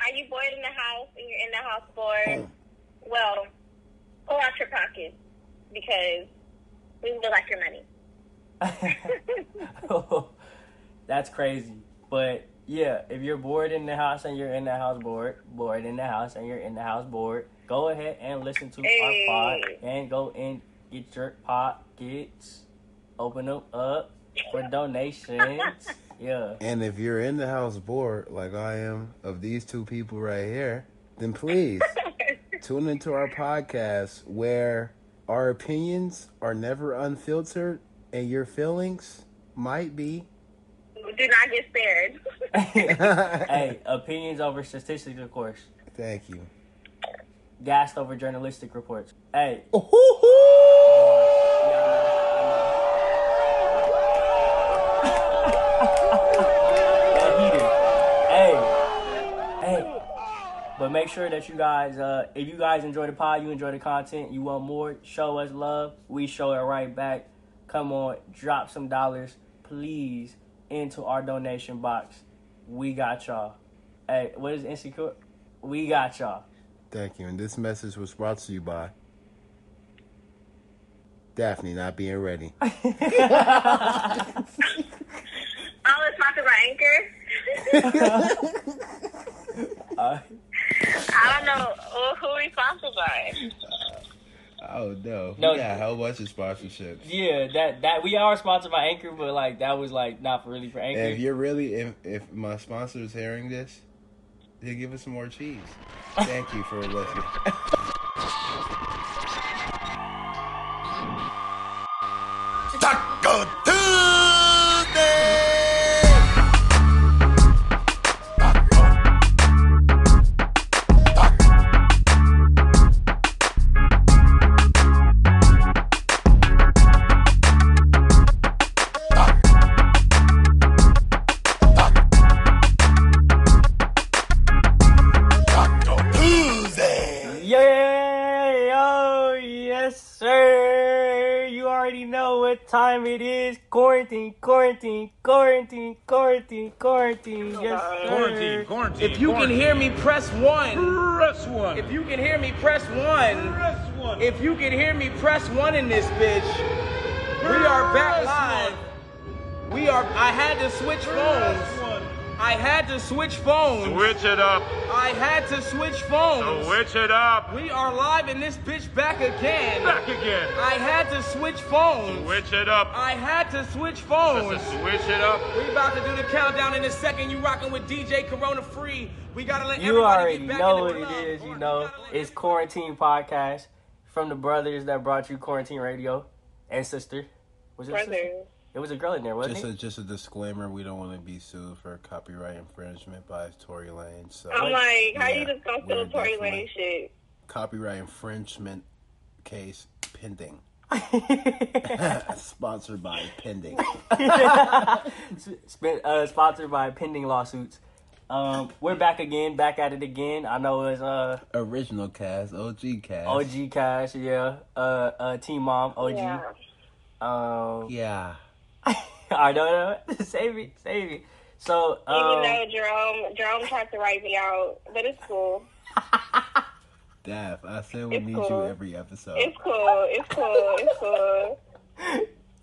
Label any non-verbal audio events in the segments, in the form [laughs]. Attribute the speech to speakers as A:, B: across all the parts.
A: are you bored in the house and you're in the house bored? Well, pull out your pocket because we would like your money. [laughs]
B: [laughs] That's crazy. But yeah, if you're bored in the house and you're in the house bored, bored in the house and you're in the house bored, go ahead and listen to
A: Hey.
B: our pod and go and get your pockets, open them up for donations. yeah. [laughs]
C: And if you're in the house bored, like I am, of these two people right here, then please
B: [laughs]
C: tune into our podcast where our opinions are never unfiltered and your feelings might be. [laughs]
A: Do not get [laughs] spared.
B: hey, opinions over statistics, of course.
C: Thank you.
B: Gassed over journalistic reports. Hey, that heater. Hey, hey. But make sure that you guys, uh, if you guys enjoy the pod, you enjoy the content, you want more, show us love. We show it right back. Come on, drop some dollars, please, into our donation box. We got y'all. Hey, what is insecure? We got y'all.
C: Thank you. And this message was brought to you by Daphne not being ready.
A: All is sponsored by Anchor. [laughs]
B: Uh,
A: I don't know who- who we sponsored by.
C: Oh no.
B: No. got a
C: whole bunch of sponsorships.
B: yeah, that that we are sponsored by Anchor, but like that was like not really for Anchor.
A: [laughs]
C: And if you're really, if, if my sponsor is hearing this, he'll give us some more cheese. Thank you for listening.
D: Taco Tuesday. Taco Tuesday.
B: Yeah, oh, yes, sir. You already know what time it is. Quarantine, quarantine, quarantine, quarantine, quarantine. Yes, sir.
E: Quarantine, quarantine.
F: If you can hear me, press one.
E: press one.
F: If you can hear me, press one.
E: press one.
F: If you can hear me, press one in this bitch. We are back
E: Press
F: live. We are. I had to switch phones.
E: one.
F: I had to switch phones.
E: Switch it up.
F: I had to switch phones.
E: Switch it up.
F: We are live in this bitch back again.
E: Back again.
F: I had to switch phones.
E: Switch it up.
F: I had to switch
E: Switch
F: phones.
E: it up.
F: We about to do the countdown in a second. You rocking with DJ Corona Free. We gotta let
B: You
F: everybody
B: already
F: get back
B: know
F: in
B: what
F: the
B: it
F: club.
B: is, you
F: Corona,
B: know.
F: gotta let
B: It's Quarantine Podcast from the brothers that brought you Quarantine Radio and Sister. Was it a sister?
A: Brothers.
B: It was a girl in there, wasn't
C: Just
B: it?
C: a, just a disclaimer: we don't want to be sued for copyright infringement by Tory Lane. So
A: I'm like, how you
C: Yeah,
A: just gonna
C: we're
A: steal Tory
C: definitely-
A: Lane shit?
C: copyright infringement case pending.
A: [laughs]
C: Sponsored by pending.
B: Spin, uh, sponsored by pending lawsuits. Um, we're back again, back at it again. I know it's uh,
C: Original cast, OG cast.
B: OG Cash, yeah. Uh, uh, Team Mom, OG.
A: Yeah.
B: Um,
C: Yeah.
B: [laughs] I don't know. [laughs] Save it, save it. So,
A: Even
B: um,
A: though Jerome Jerome tried to write me out, but it's cool.
C: Daph, I said we
A: It's
C: need
A: cool.
C: you every episode.
A: It's cool. It's cool. It's cool.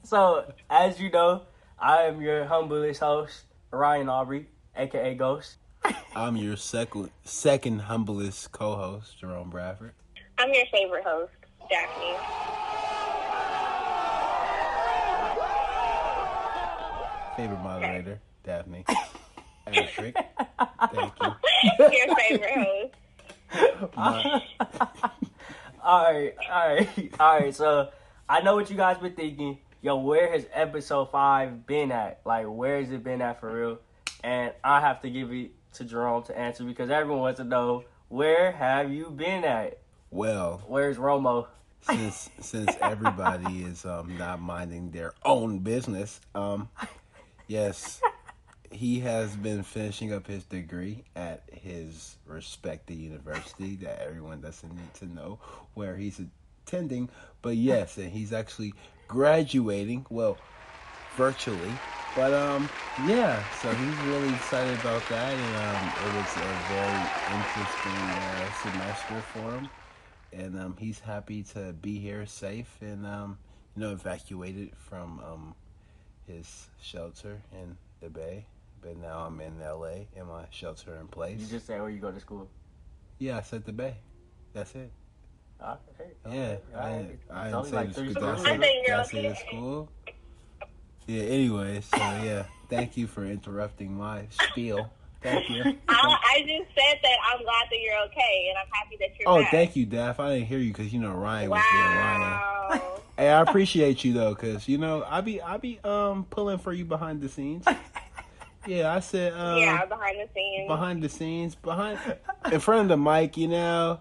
B: so as you know, I am your humblest host, Ryan Aubrey, aka Ghost.
C: I'm your second second humblest co-host, Jerome Bradford.
A: I'm your favorite host, Daphne. [laughs]
C: Favorite moderator, Daphne. Patrick. Thank you.
A: Your favorite host.
B: All right, all right, [laughs] all right. So I know what you guys been thinking. Yo, where has episode five been at? Like, where has it been at for real? And I have to give it to Jerome to answer because everyone wants to know where have you been at?
C: Well,
B: Where's Romo?
C: since since everybody is um not minding their own business, um yes, he has been finishing up his degree at his respected university that everyone doesn't need to know where he's attending, but yes, and he's actually graduating. Well, virtually. But um, yeah, so he's really excited about that, and um, it was a very interesting uh, semester for him, and um, he's happy to be here safe and um, you know evacuated from um, his shelter in the Bay. But now I'm in L.A. in my shelter in
B: You
C: place.
B: just say where you go to school.
C: Yeah, I said the Bay. That's it.
B: All right,
C: Yeah,
B: all
C: I,
B: right.
C: I
B: It's
C: didn't
B: only
C: say
B: like
C: the
B: three
C: school. Did I
B: schools.
C: say,
A: I think
C: did I
A: you're
C: say the
A: okay.
C: school? Yeah. Anyway, so yeah, thank you for interrupting my spiel.
A: [laughs]
C: Thank you.
A: I, I just said that I'm glad that you're okay, and I'm happy that you're
C: Oh,
A: back.
C: thank you, Daph. I didn't hear you because you know Ryan was there. Ryan.
A: Wow.
C: Hey, I appreciate you though, cause you know I be I be um pulling for you behind the
A: [laughs]
C: scenes. Yeah, I said um,
A: yeah, behind the scenes.
C: behind the
A: [laughs]
C: scenes, behind in front of the mic, you know,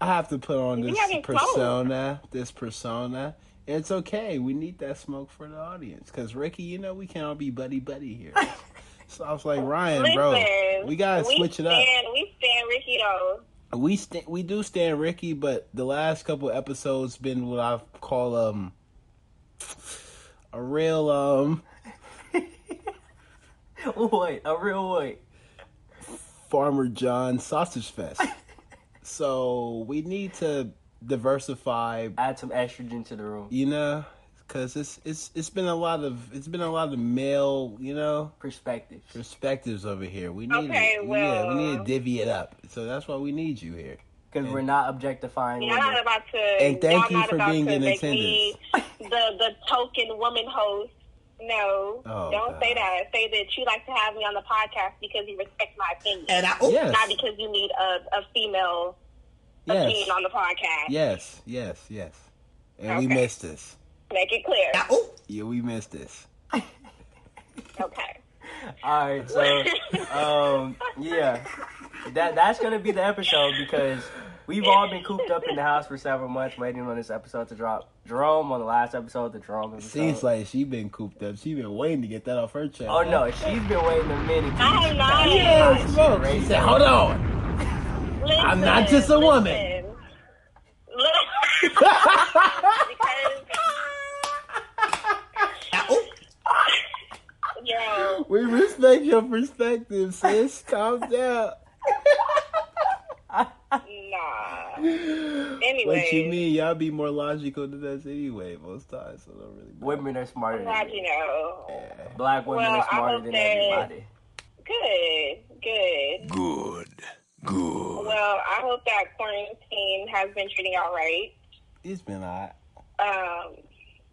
C: I have to put on
A: You
C: this
A: having fun.
C: persona, this persona. It's okay. We need that smoke for the audience because Ricky, you know, we can't all be buddy
A: [laughs]
C: buddy here. so I was like, Ryan, bro,
A: Listen,
C: we gotta switch it up.
A: stand- We stand Ricky though.
C: We st- we do stand Ricky, but the last couple episodes been what I call um a real um
B: [laughs] Wait, a real wait.
C: Farmer John sausage
A: [laughs]
C: fest. so we need to diversify
B: Add some estrogen to the room.
C: you know because it's it's it's been a lot of it's been a lot of male you know
B: Perspective.
C: perspectives over here we need
A: Okay,
C: it. yeah
A: well-
C: we need to divvy it up so that's why we need you here
B: Because we're not objectifying
A: Y'all
B: women.
A: not about to.
C: And thank
A: y'all
C: you
A: not
C: for
A: about
C: being
A: to
C: in
A: make me [laughs] The the token woman host. No,
C: Oh,
A: don't say
C: God.
A: that. Say that you like to have me on the podcast because you respect my opinion,
D: And I, oh,
C: yes
A: not because you need a, a female opinion
C: yes
A: on the podcast.
C: yes yes yes and we
A: Okay.
C: missed this
A: Make it clear.
D: I, oh.
C: yeah we missed this
A: Okay.
B: All right, so um, yeah, that that's gonna be the episode because we've all been cooped up in the house for several months waiting on this episode to drop. Jerome on the last episode, the Jerome episode.
C: seems like she been cooped up she been waiting to get that off her chest
B: Oh no, she's been waiting a minute.
A: I am not.
C: yes look she said hold on
A: Listen,
C: I'm not just a woman.
A: listen.
C: [laughs]
A: Look, because [laughs] yo,
C: we respect your perspective sis calm
A: [laughs]
C: down
A: nah. Anyway,
C: What you mean? Y'all be more logical than us anyway, most times. So don't really. matter.
B: Women are smarter than
A: glad
B: men.
A: you know.
B: Black women
A: Well,
B: are
A: I
B: smarter
A: will
B: than
A: say-
B: everybody.
A: Good, good.
D: Good. Good.
A: Well, I hope that quarantine has been treating y'all right.
C: It's been hot.
A: Um,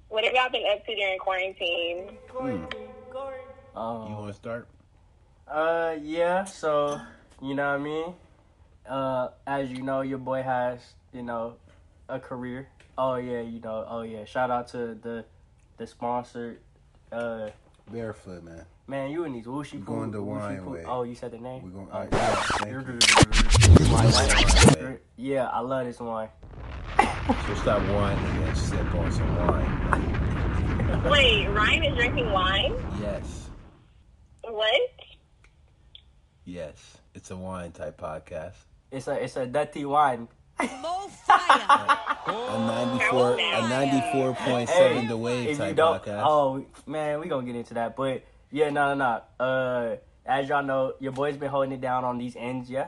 A: what have y'all been up to during quarantine?
C: You
B: Um,
C: want to start?
B: uh, yeah. So you know what I mean. Uh, as you know, your boy has you know a career. Oh yeah, you know. Oh yeah. Shout out to the the sponsor. Uh,
C: Barefoot, man.
B: man, you and these whooshy poo-
C: going to
B: whooshy
C: wine
B: poo-
C: way.
B: Oh, you said the name.
C: We're gonna.
B: Oh,
C: I, yeah, thank you.
B: yeah. yeah, I love this wine.
C: So stop whining and sip on some wine.
A: Wait, Ryan is drinking wine.
C: Yes,
A: What?
C: yes. It's a wine type podcast.
B: It's a it's a dirty wine.
C: A ninety-four, a ninety-four point seven the wave
B: If you
C: type
B: don't,
C: podcast.
B: oh man, we gonna get into that. But yeah, no, no, no. Uh, as y'all know, your boy's been holding it down on these ends. Yeah,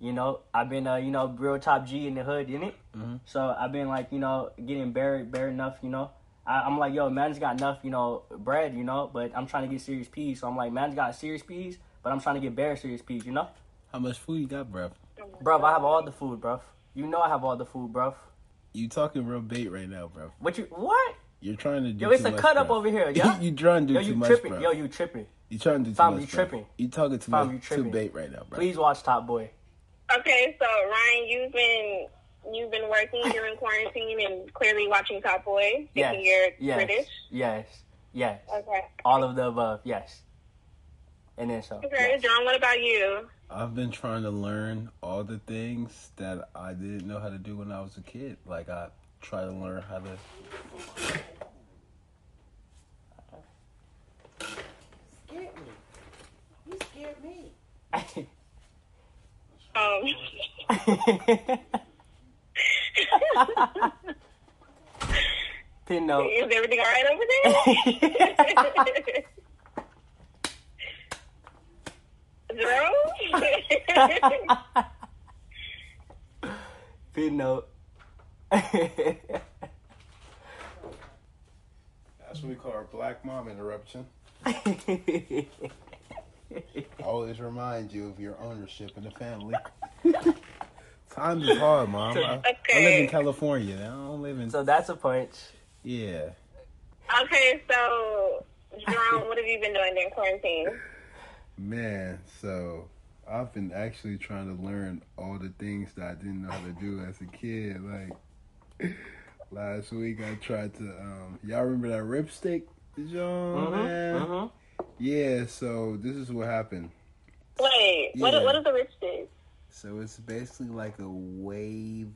B: you know, I've been, uh, you know, real top G in the hood, in it.
C: Mm-hmm.
B: So I've been like, you know, getting buried, buried enough. You know, I, I'm like, yo, man's got enough, you know, bread, you know. But I'm trying to get serious peas, so I'm like, man's got serious peas, but I'm trying to get buried serious peas, you know.
C: How much food you got, bruv?
B: Bruv, I have all the food, bruv. You know, I have all the food, bruv.
C: You talking real bait right now, bruv.
B: What you what?
C: You're trying to do
B: Yo,
C: too
B: it's a
C: much,
B: cut up
C: bruv.
B: over
C: [laughs]
B: here, yeah?
C: you trying to do
B: Yo,
C: too
B: you
C: much,
B: tripping?
C: bruv.
B: Yo, you tripping?
C: You trying to do too
B: Fam,
C: much,
B: you
C: bruv.
B: tripping.
C: You talking too
B: Fam, you
C: much, too
B: tripping.
C: bait right now, bruv.
B: Please watch Top Boy.
A: Okay, so Ryan, you've been you've been working during quarantine and clearly watching Top Boy,
B: Yes.
A: thinking you're
B: yes.
A: British.
B: Yes. Yes.
A: Okay.
B: All of the above. Yes. And then so.
A: Okay,
B: yes.
A: John, what about you?
C: I've been trying to learn all the things that I didn't know how to do when I was a kid. Like I try to learn how to.
A: Um,
B: [laughs]
A: [laughs]
B: Pin note.
A: Is everything all right over there?
B: [laughs]
A: Jerome?
B: [laughs] Pin note. [laughs]
C: That's what we call our black mom interruption. Always remind you of your ownership in the [laughs] family. Times is hard, mom. I, I live
A: Okay.
C: in California. I don't live in.
B: so that's a punch.
C: yeah.
A: okay, so Jerome, what have you been doing during quarantine?
C: Man, so I've been actually trying to learn all the things that I didn't know how to do as a kid. Like [laughs] last week, I tried to. um Y'all remember that ripstick, John? man?
B: Mhm.
C: Yeah. So this is what happened.
A: Wait,
C: Yeah.
A: what what is the rich thing?
C: So it's basically like a wave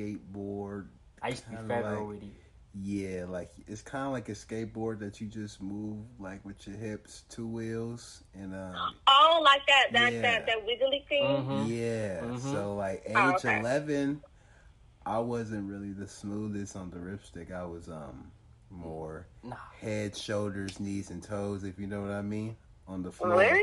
C: skateboard.
B: I used to be
C: Kinda
B: federal
C: like-
B: with you.
C: Yeah, like it's kind of like a skateboard that you just move like with your hips, two wheels, and um,
A: Oh, like that, that,
C: Yeah.
A: that, that wiggly thing?
B: Mhm.
C: Yeah. So like age
A: Oh, okay.
C: eleven, I wasn't really the smoothest on the ripstick. I was um more
B: Nah.
C: head, shoulders, knees, and toes. If you know what I mean on the
B: Mm-hmm.
C: floor.
A: What?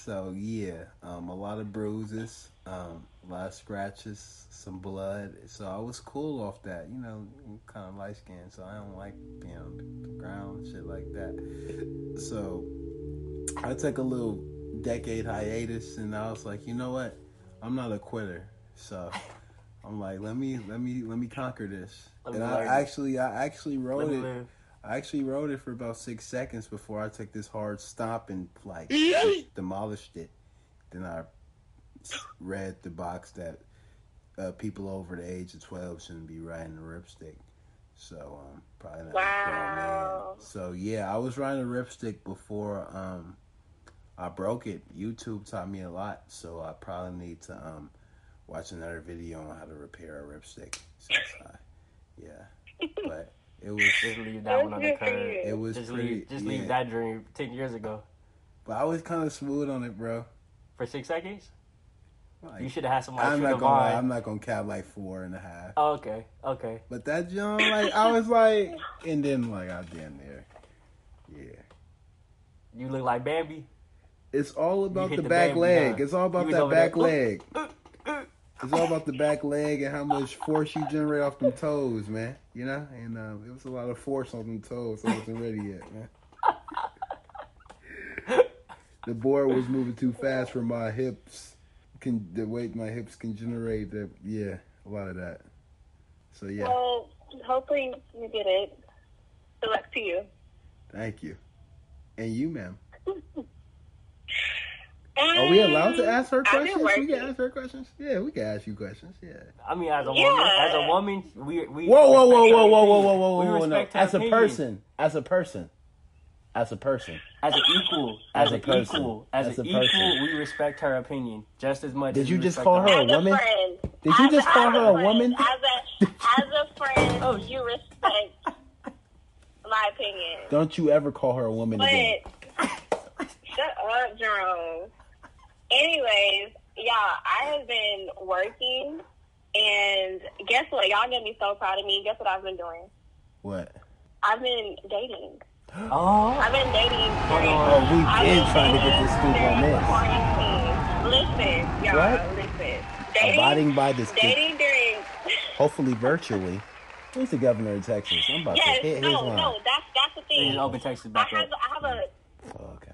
C: So yeah, um, a lot of bruises, um, a lot of scratches, some blood. So I was cool off that. You know, kind of light skinned, so I don't like being on the ground, shit like that. So I took a little decade hiatus, and I was like, you know what? I'm not a quitter. So I'm like, let me, let me, let me conquer this.
B: Let me
C: and I
B: learn.
C: actually, I actually
B: Let
C: wrote
B: me
C: it.
B: live.
C: I actually rode it for about six seconds before I took this hard stop and like demolished it. Then I s- read the box that uh, people over the age of twelve shouldn't be riding a ripstick. So um, probably not. a grown
A: Wow.
C: man. So yeah, I was riding a ripstick before um, I broke it. YouTube taught me a lot, so I probably need to um, watch another video on how to repair a ripstick. Since I, yeah, but it was.
B: Just leave that one on the
A: Good for
B: curb.
A: you.
C: It was
B: Just
C: pretty.
B: leave, just
C: yeah.
B: leave that dream ten years ago
C: But I was kind of smooth on it, bro.
B: for six seconds.
C: Like,
B: You should have had somebody
C: I'm
B: shoot
C: not
B: the
C: gonna. Lie,
B: vine.
C: I'm not gonna cap like four and a half.
B: Oh, okay, okay.
C: But that John, like, I was like, and then like, I damn near. Yeah.
B: You look like Bambi.
C: It's all about
B: hit
C: the
B: the
C: back
B: baby,
C: leg.
B: huh?
C: It's all about
B: You was
C: that
B: over there,
C: back leg. It's all about the back leg and how much force you generate off them toes, man. You know, and um, it was a lot of force on them toes. I wasn't ready yet, man. The board was moving too fast for my hips. Can the weight my hips can generate? That yeah, a lot of that. So yeah,
A: Well, hopefully you get it. Good luck to you.
C: thank you, and you, ma'am. Are we allowed to ask her
A: I've been
C: questions? We can
A: working.
C: ask her questions. Yeah, we can ask you questions. Yeah.
B: I mean, as a
A: Yeah.
B: woman, as a woman, we we
C: Whoa, whoa, whoa,
B: respect her
C: whoa, whoa, whoa,
B: opinion.
C: whoa, whoa,
B: We
C: whoa, whoa! No.
B: respect her
C: As a
B: opinion.
C: person, as a person, as a person.
B: as an equal, as, an
C: person.
B: equal, as,
C: As
B: an
C: a
B: equal,
C: person.
B: we respect her opinion just as much.
C: Did
B: as
C: you
B: we
C: just
B: respect
C: call her
B: ours.
C: a woman?
A: friend.
C: Did you
A: As
C: just call
A: as
C: her a
A: friend,
C: woman?
A: As a, as a
C: [laughs]
A: friend,
B: Oh.
A: you respect my opinion.
C: Don't you ever call her a woman again?
A: But shut up, Jerome. Anyways, y'all, I have been working, and guess what? Y'all gonna be so proud of me. Guess what I've been doing?
C: What?
A: I've been dating.
B: Oh,
A: I've been dating. during-
B: on.
C: Oh, we
A: I've
C: been
A: been
C: trying to get
A: dating
C: this stupid
A: during
C: on this.
A: quarantine. Listen, y'all.
C: What?
A: Listen.
C: Abiding by this, kid,
A: Dating during
C: hopefully virtually. Who's the governor of Texas? I'm about to
A: yes,
C: hit his
A: no,
C: line.
A: no, that's that's the
B: we
A: thing.
B: just open Texas
A: I
B: back
A: have
B: up.
A: I have a
C: Oh, okay.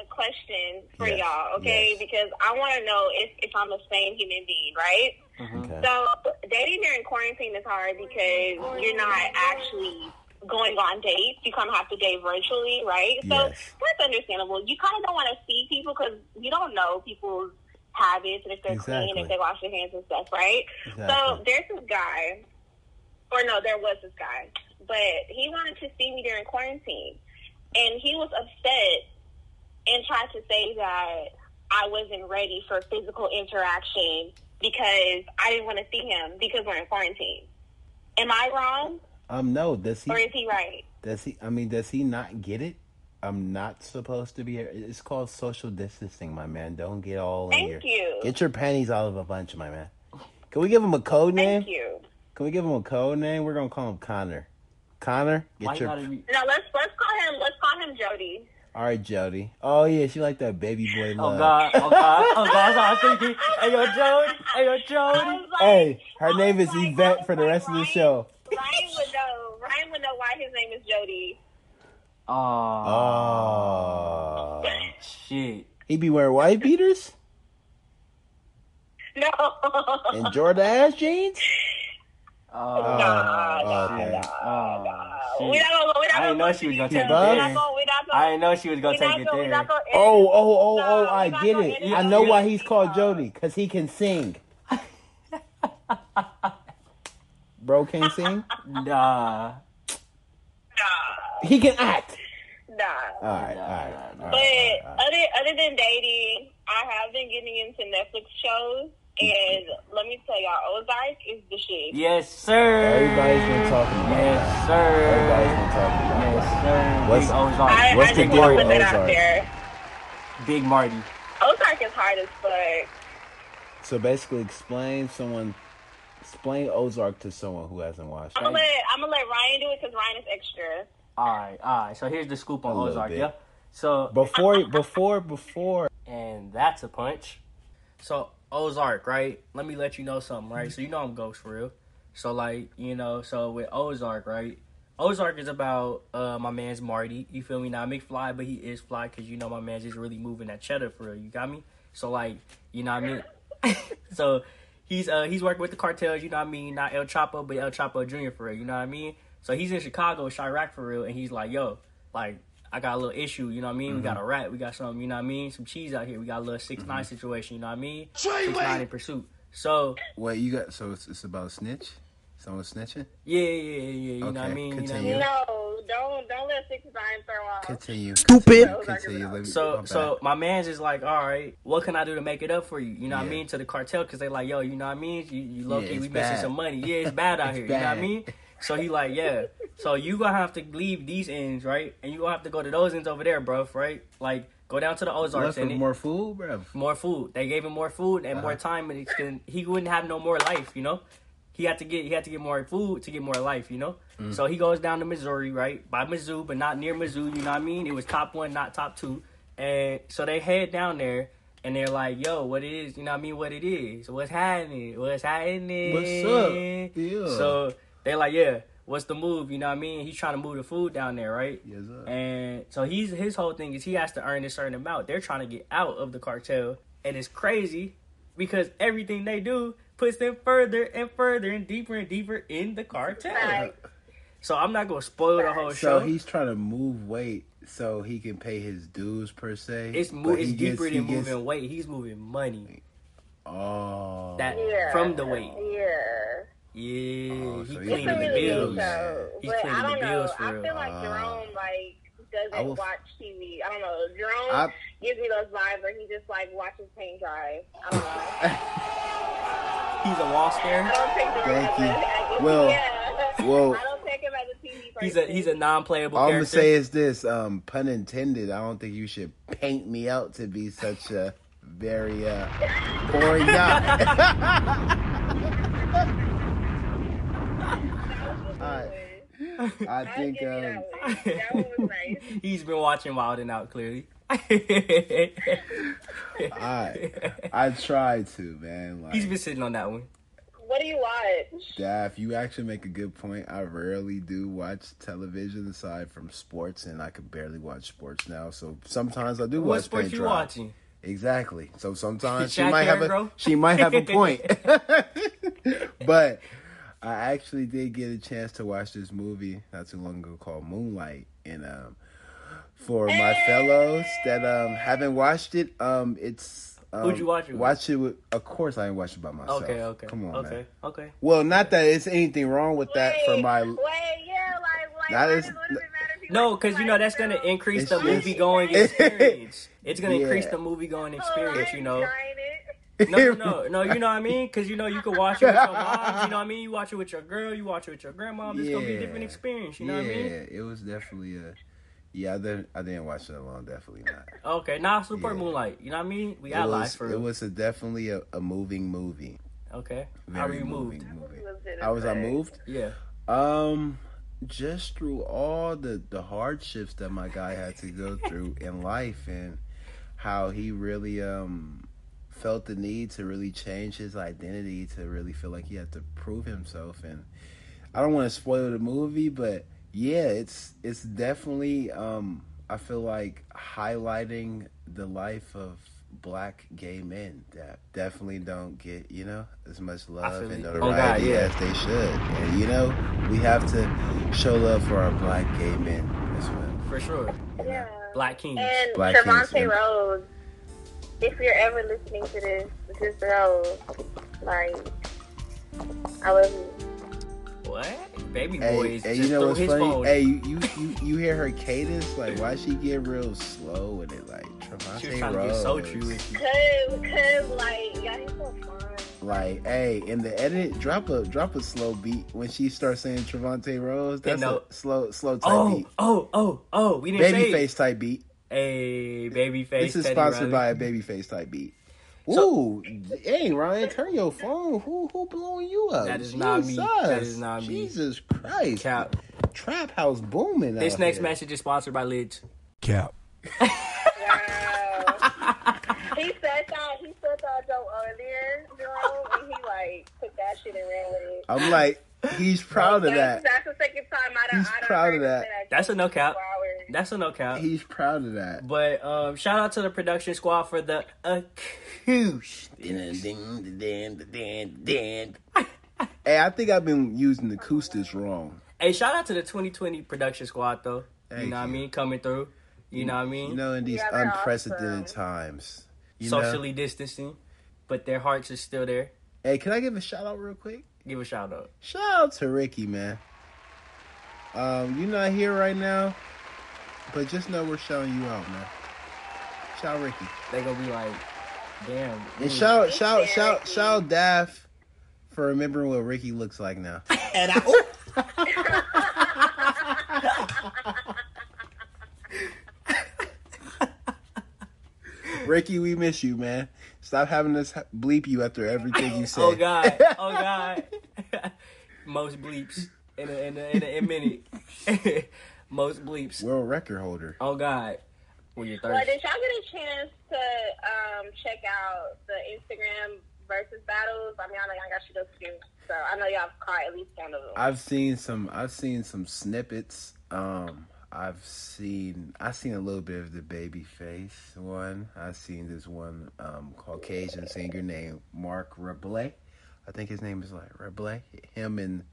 A: a question for
C: Yes,
A: y'all, okay?
C: yes.
A: Because I want to know if, if I'm the same human being, right?
B: Mm-hmm.
C: Okay.
A: So dating during quarantine is hard because you're not actually going on dates. You kind of have to date virtually, right? So
C: Yes.
A: that's understandable. You kind of don't want to see people because you don't know people's habits and if they're clean,
C: Exactly.
A: if they wash their hands and stuff, right? So
C: Exactly.
A: there's this guy, or no, there was this guy, but he wanted to see me during quarantine, and he was upset and tried to say that I wasn't ready for physical interaction because I didn't want to see him because we're in quarantine. Am I wrong
C: Um, no, does
A: or
C: he?
A: is he right?
C: Does he? I mean, does he not get it? I'm not supposed to be here. It's called social distancing, my man. Don't get all in here.
A: Thank you.
C: Get your panties all of a bunch, my man. Can we give him a code name?
A: Thank you.
C: Can we give him a code name? We're gonna call him Connor. Connor, get
B: Why you
C: your.
B: gotta be?
A: No, let's let's call him let's call him Jody.
C: All right, Jody. Oh yeah, she like that baby boy
B: Oh
C: love.
B: god, oh god, oh god, that's all I'm thinking. Hey yo, Jody, hey yo,
A: I
B: Jody.
A: was like-
C: [laughs]
A: oh
C: Hey,
A: I
C: her
A: was
C: name is
A: like- I
C: Yvette
A: was
C: for the
A: like,
C: rest of the
A: Ryan-
C: show.
A: Ryan would know. Ryan would know why his name is Jody.
C: Uh,
B: Oh
C: Oh,
B: shit.
C: he be wearing white beaters
A: No.
C: and Jordache jeans.
B: Oh,
A: Nah,
C: Oh,
B: shit. Oh,
C: okay.
A: we
B: shit.
A: Uh, not gonna. We not
B: I
A: gonna
B: didn't know she was gonna take it
A: We're not
B: there.
A: gonna. We're not
B: I
A: gonna.
B: didn't know she was
A: We're
B: gonna
A: not
B: take it
A: gonna. We're
B: there.
A: not gonna.
C: Oh, oh, oh, oh!
A: No,
C: I
A: we're not
C: get
A: gonna
C: it.
A: edit
C: I
A: it
C: know
A: out.
C: why he's called Jody, cause he can sing. [laughs] Bro can sing.
B: Nah.
C: He can act.
A: Nah.
B: Ah,
C: All right, all right. All
A: But
C: right, all right.
A: other other than dating, I have been getting into Netflix shows, and let me tell y'all, Ozark is the shit.
B: Yes, sir.
C: Everybody's been talking about that.
B: Yes, sir.
C: Everybody's been talking about that.
B: Yes, sir.
C: What's-
B: Big Ozark.
A: I,
C: What's
A: I
C: the
A: just
C: glory
A: want to put
C: of
A: that out
C: Ozark?
A: there.
B: Big Marty.
A: Ozark is hard as fuck.
C: So basically, explain someone, explain Ozark to someone who hasn't watched.
A: I'm gonna
C: it.
A: let I'm gonna let Ryan do it because Ryan is extra.
B: All right, all right. So here's the scoop
C: A
B: on
C: little
B: Ozark.
C: bit.
B: Yeah. So
C: Before, before, before.
B: and that's a punch. So Ozark, right? Let me let you know something, right? So you know I'm ghost for real. So like you know, so with Ozark, right? Ozark is about uh my man's Marty. You feel me? Not McFly, but he is fly because you know my man's just really moving that cheddar for real. You got me? So like you know what I mean? so he's uh he's working with the cartels. You know what I mean? Not El Chapo, but El Chapo Jr. for real. You know what I mean? So he's in Chicago, Chirac for real, and he's like, yo, like I got a little issue, you know what I mean? We
C: Mm-hmm.
B: got a rat, we got something, you know what I mean? Some cheese out here, we got a little 6 9 situation, you know what I mean? Six nine in pursuit. So
C: Wait, you got so it's, it's about snitch. Someone snitching.
B: yeah, yeah, yeah, yeah, you know what I
C: Okay,
B: mean? You know
C: continue.
B: what I mean?
A: No, don't don't let six nine throw off.
C: Continue. Stupid. Continue. Let me-
B: So
C: my
B: so
C: bad.
B: my man's is like, all right, what can I do to make it up for you? You know what I
C: Yeah.
B: mean? To the cartel, cause they like, yo, you know what I mean? You, you low
C: Yeah,
B: key,
C: it's
B: we
C: bad.
B: missing some money. Yeah,
C: [laughs]
B: it's bad out
C: It's
B: here. You know what
C: bad.
B: I mean? So he like, yeah. So you gonna have to leave these ends, right? And you gonna have to go to those ends over there, bruv, right? Like go down to the
C: Left
B: Ozarks
C: for
B: and it-
C: more food, bruv.
B: more food. They gave him more food and
C: Uh-huh.
B: more time, and he couldn't- he wouldn't have no more life. You know, he had to get he had to get more food to get more life. You know,
C: Mm.
B: so he goes down to Missouri, right by Mizzou, but not near Mizzou. You know what I mean? It was top one, not top two, and so they head down there. And they're like, yo, what it is, you know what I mean? What it is, what's happening, what's happening.
C: What's up? Yeah.
B: So they like, yeah, what's the move, you know what I mean? He's trying to move the food down there, right?
C: Yes, sir.
B: And so he's his whole thing is he has to earn a certain amount. They're trying to get out of the cartel, and it's crazy because everything they do puts them further and further and deeper and deeper in the cartel.
A: Like,
B: So I'm not gonna spoil the whole show.
C: So he's trying to move weight so he can pay his dues per se.
B: it's mo-
C: but he
B: it's
C: gets-
B: deeper
C: he
B: than
C: gets-
B: moving weight. He's moving money
C: Oh,
B: that
A: yeah.
B: from the weight.
A: Yeah.
B: Yeah,
C: Oh,
B: he
C: so he's
A: It's
B: cleaning
A: a
B: the
A: really
B: bills.
A: good
C: bills.
A: show.
B: He's
A: but
B: cleaning
A: I
B: the
A: don't know.
B: bills for
A: I
B: real.
A: feel like
C: Ah.
A: Jerome like
C: I
A: doesn't
C: will-
A: watch TV. I don't know. Jerome
C: I-
A: gives me those vibes where he just like watches paint dry. I don't know.
B: [laughs] He's a wall stare.
A: I don't take Jerome as
C: Thank
A: a,
C: you.
A: as a-
C: Well,
A: yeah.
C: well-
A: [laughs] I don't take him as a TV person.
B: He's a he's a non-playable
C: all I'm gonna
B: character.
C: say is this: um, pun intended. I don't think you should paint me out to be such a very uh,
B: [laughs]
C: poor yacht. I
A: I'll
C: think.
A: give you
C: Um,
A: that one. That one was nice.
B: [laughs] he's been watching Wild and Out clearly. [laughs]
C: I I tried to, man. Like
B: He's been sitting on that one.
A: What do you watch?
C: Daph, you actually make a good point. I rarely do watch television aside from sports, and I could barely watch sports now. So sometimes I do watch.
B: What sports
C: paint
B: you
C: dry.
B: watching?
C: Exactly. So sometimes she
B: Shaq
C: might have
B: Aaron,
C: a
B: bro?
C: she might have
B: [laughs]
C: a point. [laughs] but I actually did get a chance to watch this movie not too long ago called Moonlight, and um, for my fellows that um haven't watched it, um, it's um,
B: Who'd you watch it with?
C: Watch it with. Of course, I didn't watch it by myself.
B: Okay, okay.
C: Come on,
B: okay,
C: man.
B: okay.
C: Well, not that it's anything wrong with that for
A: Wait,
C: my.
A: Wait, yeah, like, like,
C: That
A: why
C: is-
A: does- what does it matter if you
B: No,
A: watch
B: because you
A: like
B: know that's gonna
A: film?
B: increase
C: It's
B: the
C: just-
B: movie
C: [laughs]
B: going
A: It's-
B: experience. It's gonna increase
C: Yeah.
B: the movie going
A: Oh, I'm
B: experience. You know,
A: trying it.
B: no, no, no, no. You know what I mean? Because you know you can watch it with your mom. You know what I mean? You watch it with your girl. You watch it with your grandma. It's gonna be a different
C: Yeah.
B: experience. You know
C: yeah,
B: what I mean?
C: it was definitely a. Yeah, I didn't. I didn't watch it alone. Definitely not.
B: Okay, nah, support
C: Yeah.
B: Moonlight. You know what I mean? We
C: it
B: got live
C: was,
B: for
C: it
B: real.
C: was a, definitely a, a moving movie.
B: okay. How were
C: Very
B: you moved?
C: moving movie.
A: Was it a
C: How was I
A: break?
C: moved?
B: Yeah.
C: Um, just through all the the hardships that my guy had to go through in life and how he really um felt the need to really change his identity to really feel like he had to prove himself and I don't want to spoil the movie but yeah it's it's definitely um I feel like highlighting the life of black gay men that definitely don't get you know as much love
B: feel
C: and
B: you.
C: notoriety
B: Oh, God, yeah.
C: as they should and you know we have to show love for our black gay men as well
B: for sure.
A: Yeah.
B: Black Kings.
A: And
C: Black
A: Trevante
C: Kings, yeah.
A: Rhodes, if you're ever listening to this, this is Rhodes. Like, I love you.
B: What? Baby
C: Hey,
B: boy is
C: hey,
B: just
C: you know
B: through
C: what's
B: his
C: funny?
B: phone.
C: Hey, you, you you you hear her cadence? Like,
B: [laughs]
C: why she get real slow with it? Like,
B: she was
C: Trevante
B: trying to get
C: Rhodes.
B: so true with you.
A: Cause, cause, like, y'all he's so fun.
C: Like, hey, in the edit, drop a drop a slow beat when she starts saying Trevante Rhodes. That's
B: know-
C: a slow slow type
B: Oh,
C: beat,
B: oh, oh, oh. We didn't say.
C: baby face type beat.
B: Hey, baby face.
C: This is
B: Teddy Riley.
C: sponsored by a baby face type beat.
B: So-
C: Ooh, hey Ryan, turn your phone. Who who blowing you up?
B: That is not me. That is not me.
C: Jesus Christ!
B: Cap.
C: Trap house booming.
B: This
C: out
B: next
C: here.
B: message is sponsored by Lids.
D: Cap.
B: [laughs]
A: Wow. he said that. He said that Joe earlier, Jerome, and he like took that shit and ran with it.
C: I'm like,
B: [laughs]
C: he's proud of that.
A: That's the second time I done.
C: He's
A: I done
C: proud
A: heard
C: of
A: him
C: that.
A: say
B: That's a no cap.
A: for hours.
B: That's a no cap.
C: He's proud of that.
B: But um, shout out to the production squad for the acoustics.
C: Hey, I think I've been using the acoustics wrong.
B: Hey, shout out to the 2020 production squad though. you
C: Thank
B: know what I
C: you.
B: mean? Coming through. You know what I mean?
C: You know, in these
A: Yeah, they're
C: unprecedented
A: awesome.
C: times. You
B: Socially
C: Know?
B: distancing, but their hearts are still there.
C: Hey, can I give a shout out real quick?
B: Give a shout out.
C: Shout out to Ricky, man. Um, you're not here right now, but just know we're shouting you out, man. Shout out Ricky.
B: They gonna be like, damn. mm.
C: And shout shout
A: Ricky.
C: shout shout Daff for remembering what Ricky looks like now.
B: oh.
C: Ricky, we miss you, man. Stop having us ha- bleep you after everything you say.
B: Oh god.
C: [laughs]
B: Oh god. [laughs] Most bleeps in a in a, in a, in a minute. [laughs] Most bleeps.
C: World record holder.
B: Oh god. When you're
A: Well,
B: thirsty.
A: did y'all get a chance to um, check out the Instagram versus battles? I mean, I know y'all got shit up too, so I know y'all caught at least one of them.
C: I've seen some. I've seen some snippets. Um, I've seen. I've seen a little bit of the baby face one. I've seen this one um, Caucasian singer named Mark Reble. I think his name is like Reble. Him and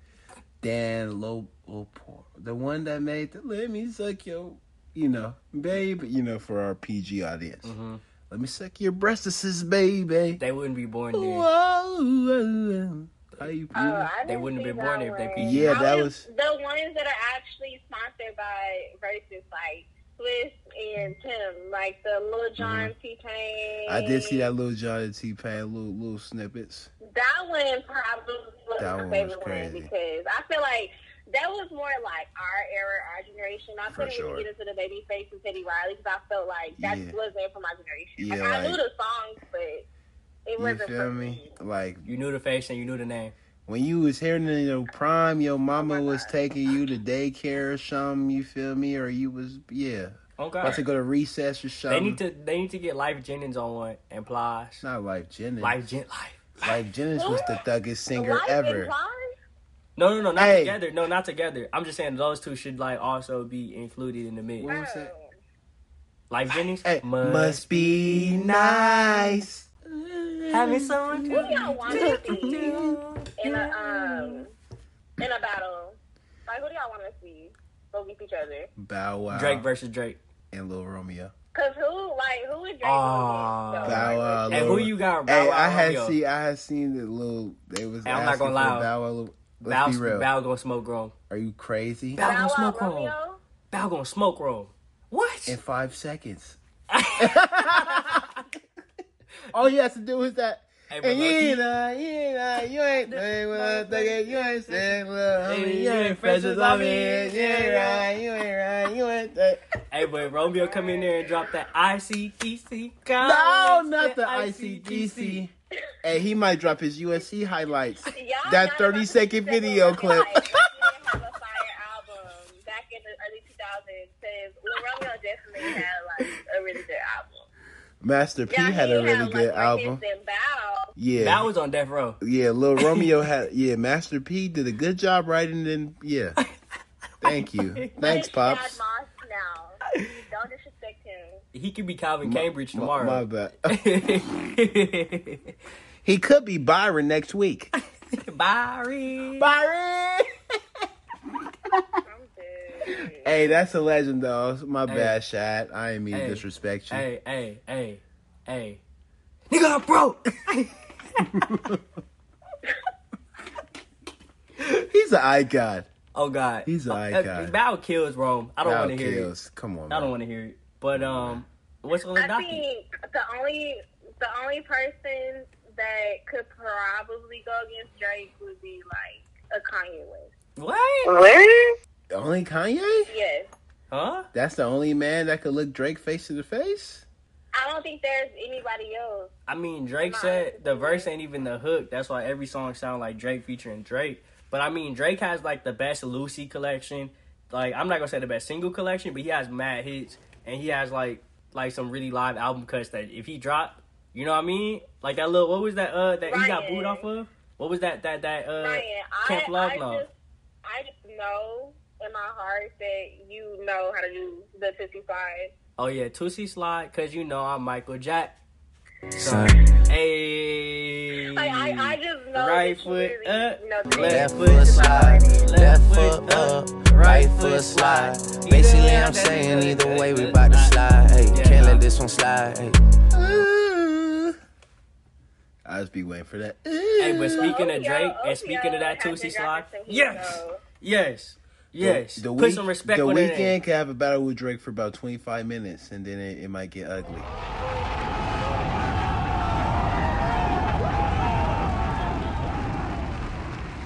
C: Dan Lo- Lopor, the one that made the "Let Me Suck Your," you know, babe. You know, for our PG audience. Let me suck your breasts, baby.
B: They wouldn't be born
C: Whoa,
B: there.
C: How you feel?
A: Oh, I
B: They
A: didn't
B: wouldn't have
A: see
B: been born
A: that
B: if they
A: one.
B: peed.
C: Yeah,
A: I
C: that
A: was the ones that are actually sponsored by versus like Swiss and Tim, like the Lil Jon T Pain.
C: Mm-hmm. I did see that little Johnny T Pain little little snippets.
A: That one probably was my
C: That one was
A: favorite
C: crazy.
A: one because I feel like that was more like our era, our generation. I
C: For
A: couldn't
C: sure.
A: even get into the Babyface and Teddy Riley because I felt like that
C: Yeah.
A: wasn't for my generation. like,
C: Yeah,
A: I
C: like-
A: knew the songs, but it
C: You
A: wasn't
C: feel
A: for
C: me?
A: me.
C: Like
B: You knew the face and you knew the name.
C: when you was hearing in your prime, your mama
A: my
C: was
A: God.
C: taking you to daycare or something. You feel me? Or you was yeah
B: Oh
C: about
B: god.
C: to go to recess or
B: They
C: something.
B: need to they need to get Life Jennings on one and Plies.
C: It's not like Jennings.
B: Life Jen Life.
C: like Jennings was the thuggest singer
A: Life
C: ever.
A: is hard.
B: No, no, no, not
C: Hey.
B: together. No, not together. I'm just saying those two should like also be included in the mix.
C: What was it?
B: Life Jennings
C: Hey, must, be nice.
B: having someone.
A: Who y'all want to see in a um in a battle? Like who do y'all want to see go beat each other?
C: Bow Wow
B: Drake versus Drake.
C: and Lil Romeo.
A: Cause who like who would Drake?
B: Aw.
A: go against, though?
C: Bow Wow.
B: Hey,
C: Lil-
B: who you got? Bow
C: Hey,
B: Wow
C: I had
B: Romeo?
C: see I had seen the little. They was.
B: Hey, I'm not
C: asking
B: gonna
C: for
B: lie.
C: Bow Wow. Lil- Let's
B: Bow,
C: be real.
B: Bow gonna smoke roll.
C: Are you crazy?
B: Bow
A: Bow
B: gonna
A: Wow
B: smoke roll.
A: Romeo?
B: Bow gonna smoke roll. What?
C: in five [laughs] seconds. All you have to do is that.
B: Hey, but
C: And you
B: low-key-
C: ain't, uh, you ain't, uh, you [laughs] ain't, doing what I think it- you ain't saying, well, homie, you ain't fresh as I mean, you ain't right, you ain't right, you ain't [laughs] that.
B: Hey, but Romeo come in there and drop that E ICDC.
C: No, not the E
B: E
C: ICDC. And he might drop his USC highlights. [laughs]
A: Y'all
C: That
A: not
C: 30
A: about to
C: second
A: sit there
C: video
A: looking
C: clip. [laughs]
A: like you didn't have a fire album.
C: Master P
A: Now,
C: had a really
A: like,
C: good
A: records
C: album.
A: and bow.
C: Yeah.
B: That was on death row.
C: Yeah, [laughs] Lil Romeo had yeah, Master P did a good job writing and yeah. Thank you. [laughs]
A: It's
C: Thanks,
A: Chad
C: Pops.
A: Moss now. Don't disrespect him.
B: He could be Calvin Cambridge
C: My-
B: tomorrow.
C: My bad. [laughs] He could be Byron next week.
B: [laughs] Barry.
C: Byron [laughs]
A: I'm good.
C: Hey, that's a legend though. My bad, Shad. I ain't mean to
B: Hey.
C: disrespect you.
B: Hey, hey, hey, hey. Nigga, I'm broke.
C: [laughs]
B: [laughs]
C: He's an icon.
B: oh God.
C: He's an
B: Uh,
C: icon.
B: uh, Bow kills Rome. I don't
C: Now
B: want to hear it.
C: kills. Come on.
B: I don't
C: man.
B: want to hear it. But um, what's on the
A: I
B: docket?
A: think the only the only person that could probably go against Drake would be like a Kanye West.
B: What?
A: Where?
C: Only Kanye?
A: Yes.
B: Huh?
C: That's the only man that could look Drake face to the face?
A: I don't think there's anybody else.
B: I mean, Drake
A: Nah.
B: said the verse ain't even the hook. That's why every song sound like Drake featuring Drake. But I mean, Drake has like the best Lucy collection. Like I'm not gonna say the best single collection, but he has mad hits and he has like like some really live album cuts that if he dropped, you know what I mean? Like that little what was that uh that he got
A: Ryan.
B: booed off of? What was that that that uh
A: Ryan, I,
B: Camp Love
A: I
B: Love.
A: just I just know in my heart that you know how to do the fifty five.
B: Oh yeah, Tootsie Slide, cause you know I'm Michael Jack. So, hey.
A: Like I, I just know
B: Mm-hmm.
A: that
B: Right
A: you
B: foot
A: really
B: up,
A: know the
B: left
A: difference.
B: foot slide, left foot
C: uh,
B: up,
G: right foot slide. Basically, I'm saying either way, we bout to slide. Hey, can't let this one slide. Hey.
C: Ooh. I just be waiting for that.
B: Hey, but speaking of
A: OVO,
B: Drake
A: OVO
B: and speaking of that
A: hasn't
B: Tootsie Slide,
A: gotten some heat,
B: yes,
A: though.
B: yes, yes.
C: The
B: Put
C: week-
B: some respect
C: The
B: on
C: weekend
B: it.
C: could have a battle with Drake for about twenty five minutes, and then it, it might get ugly.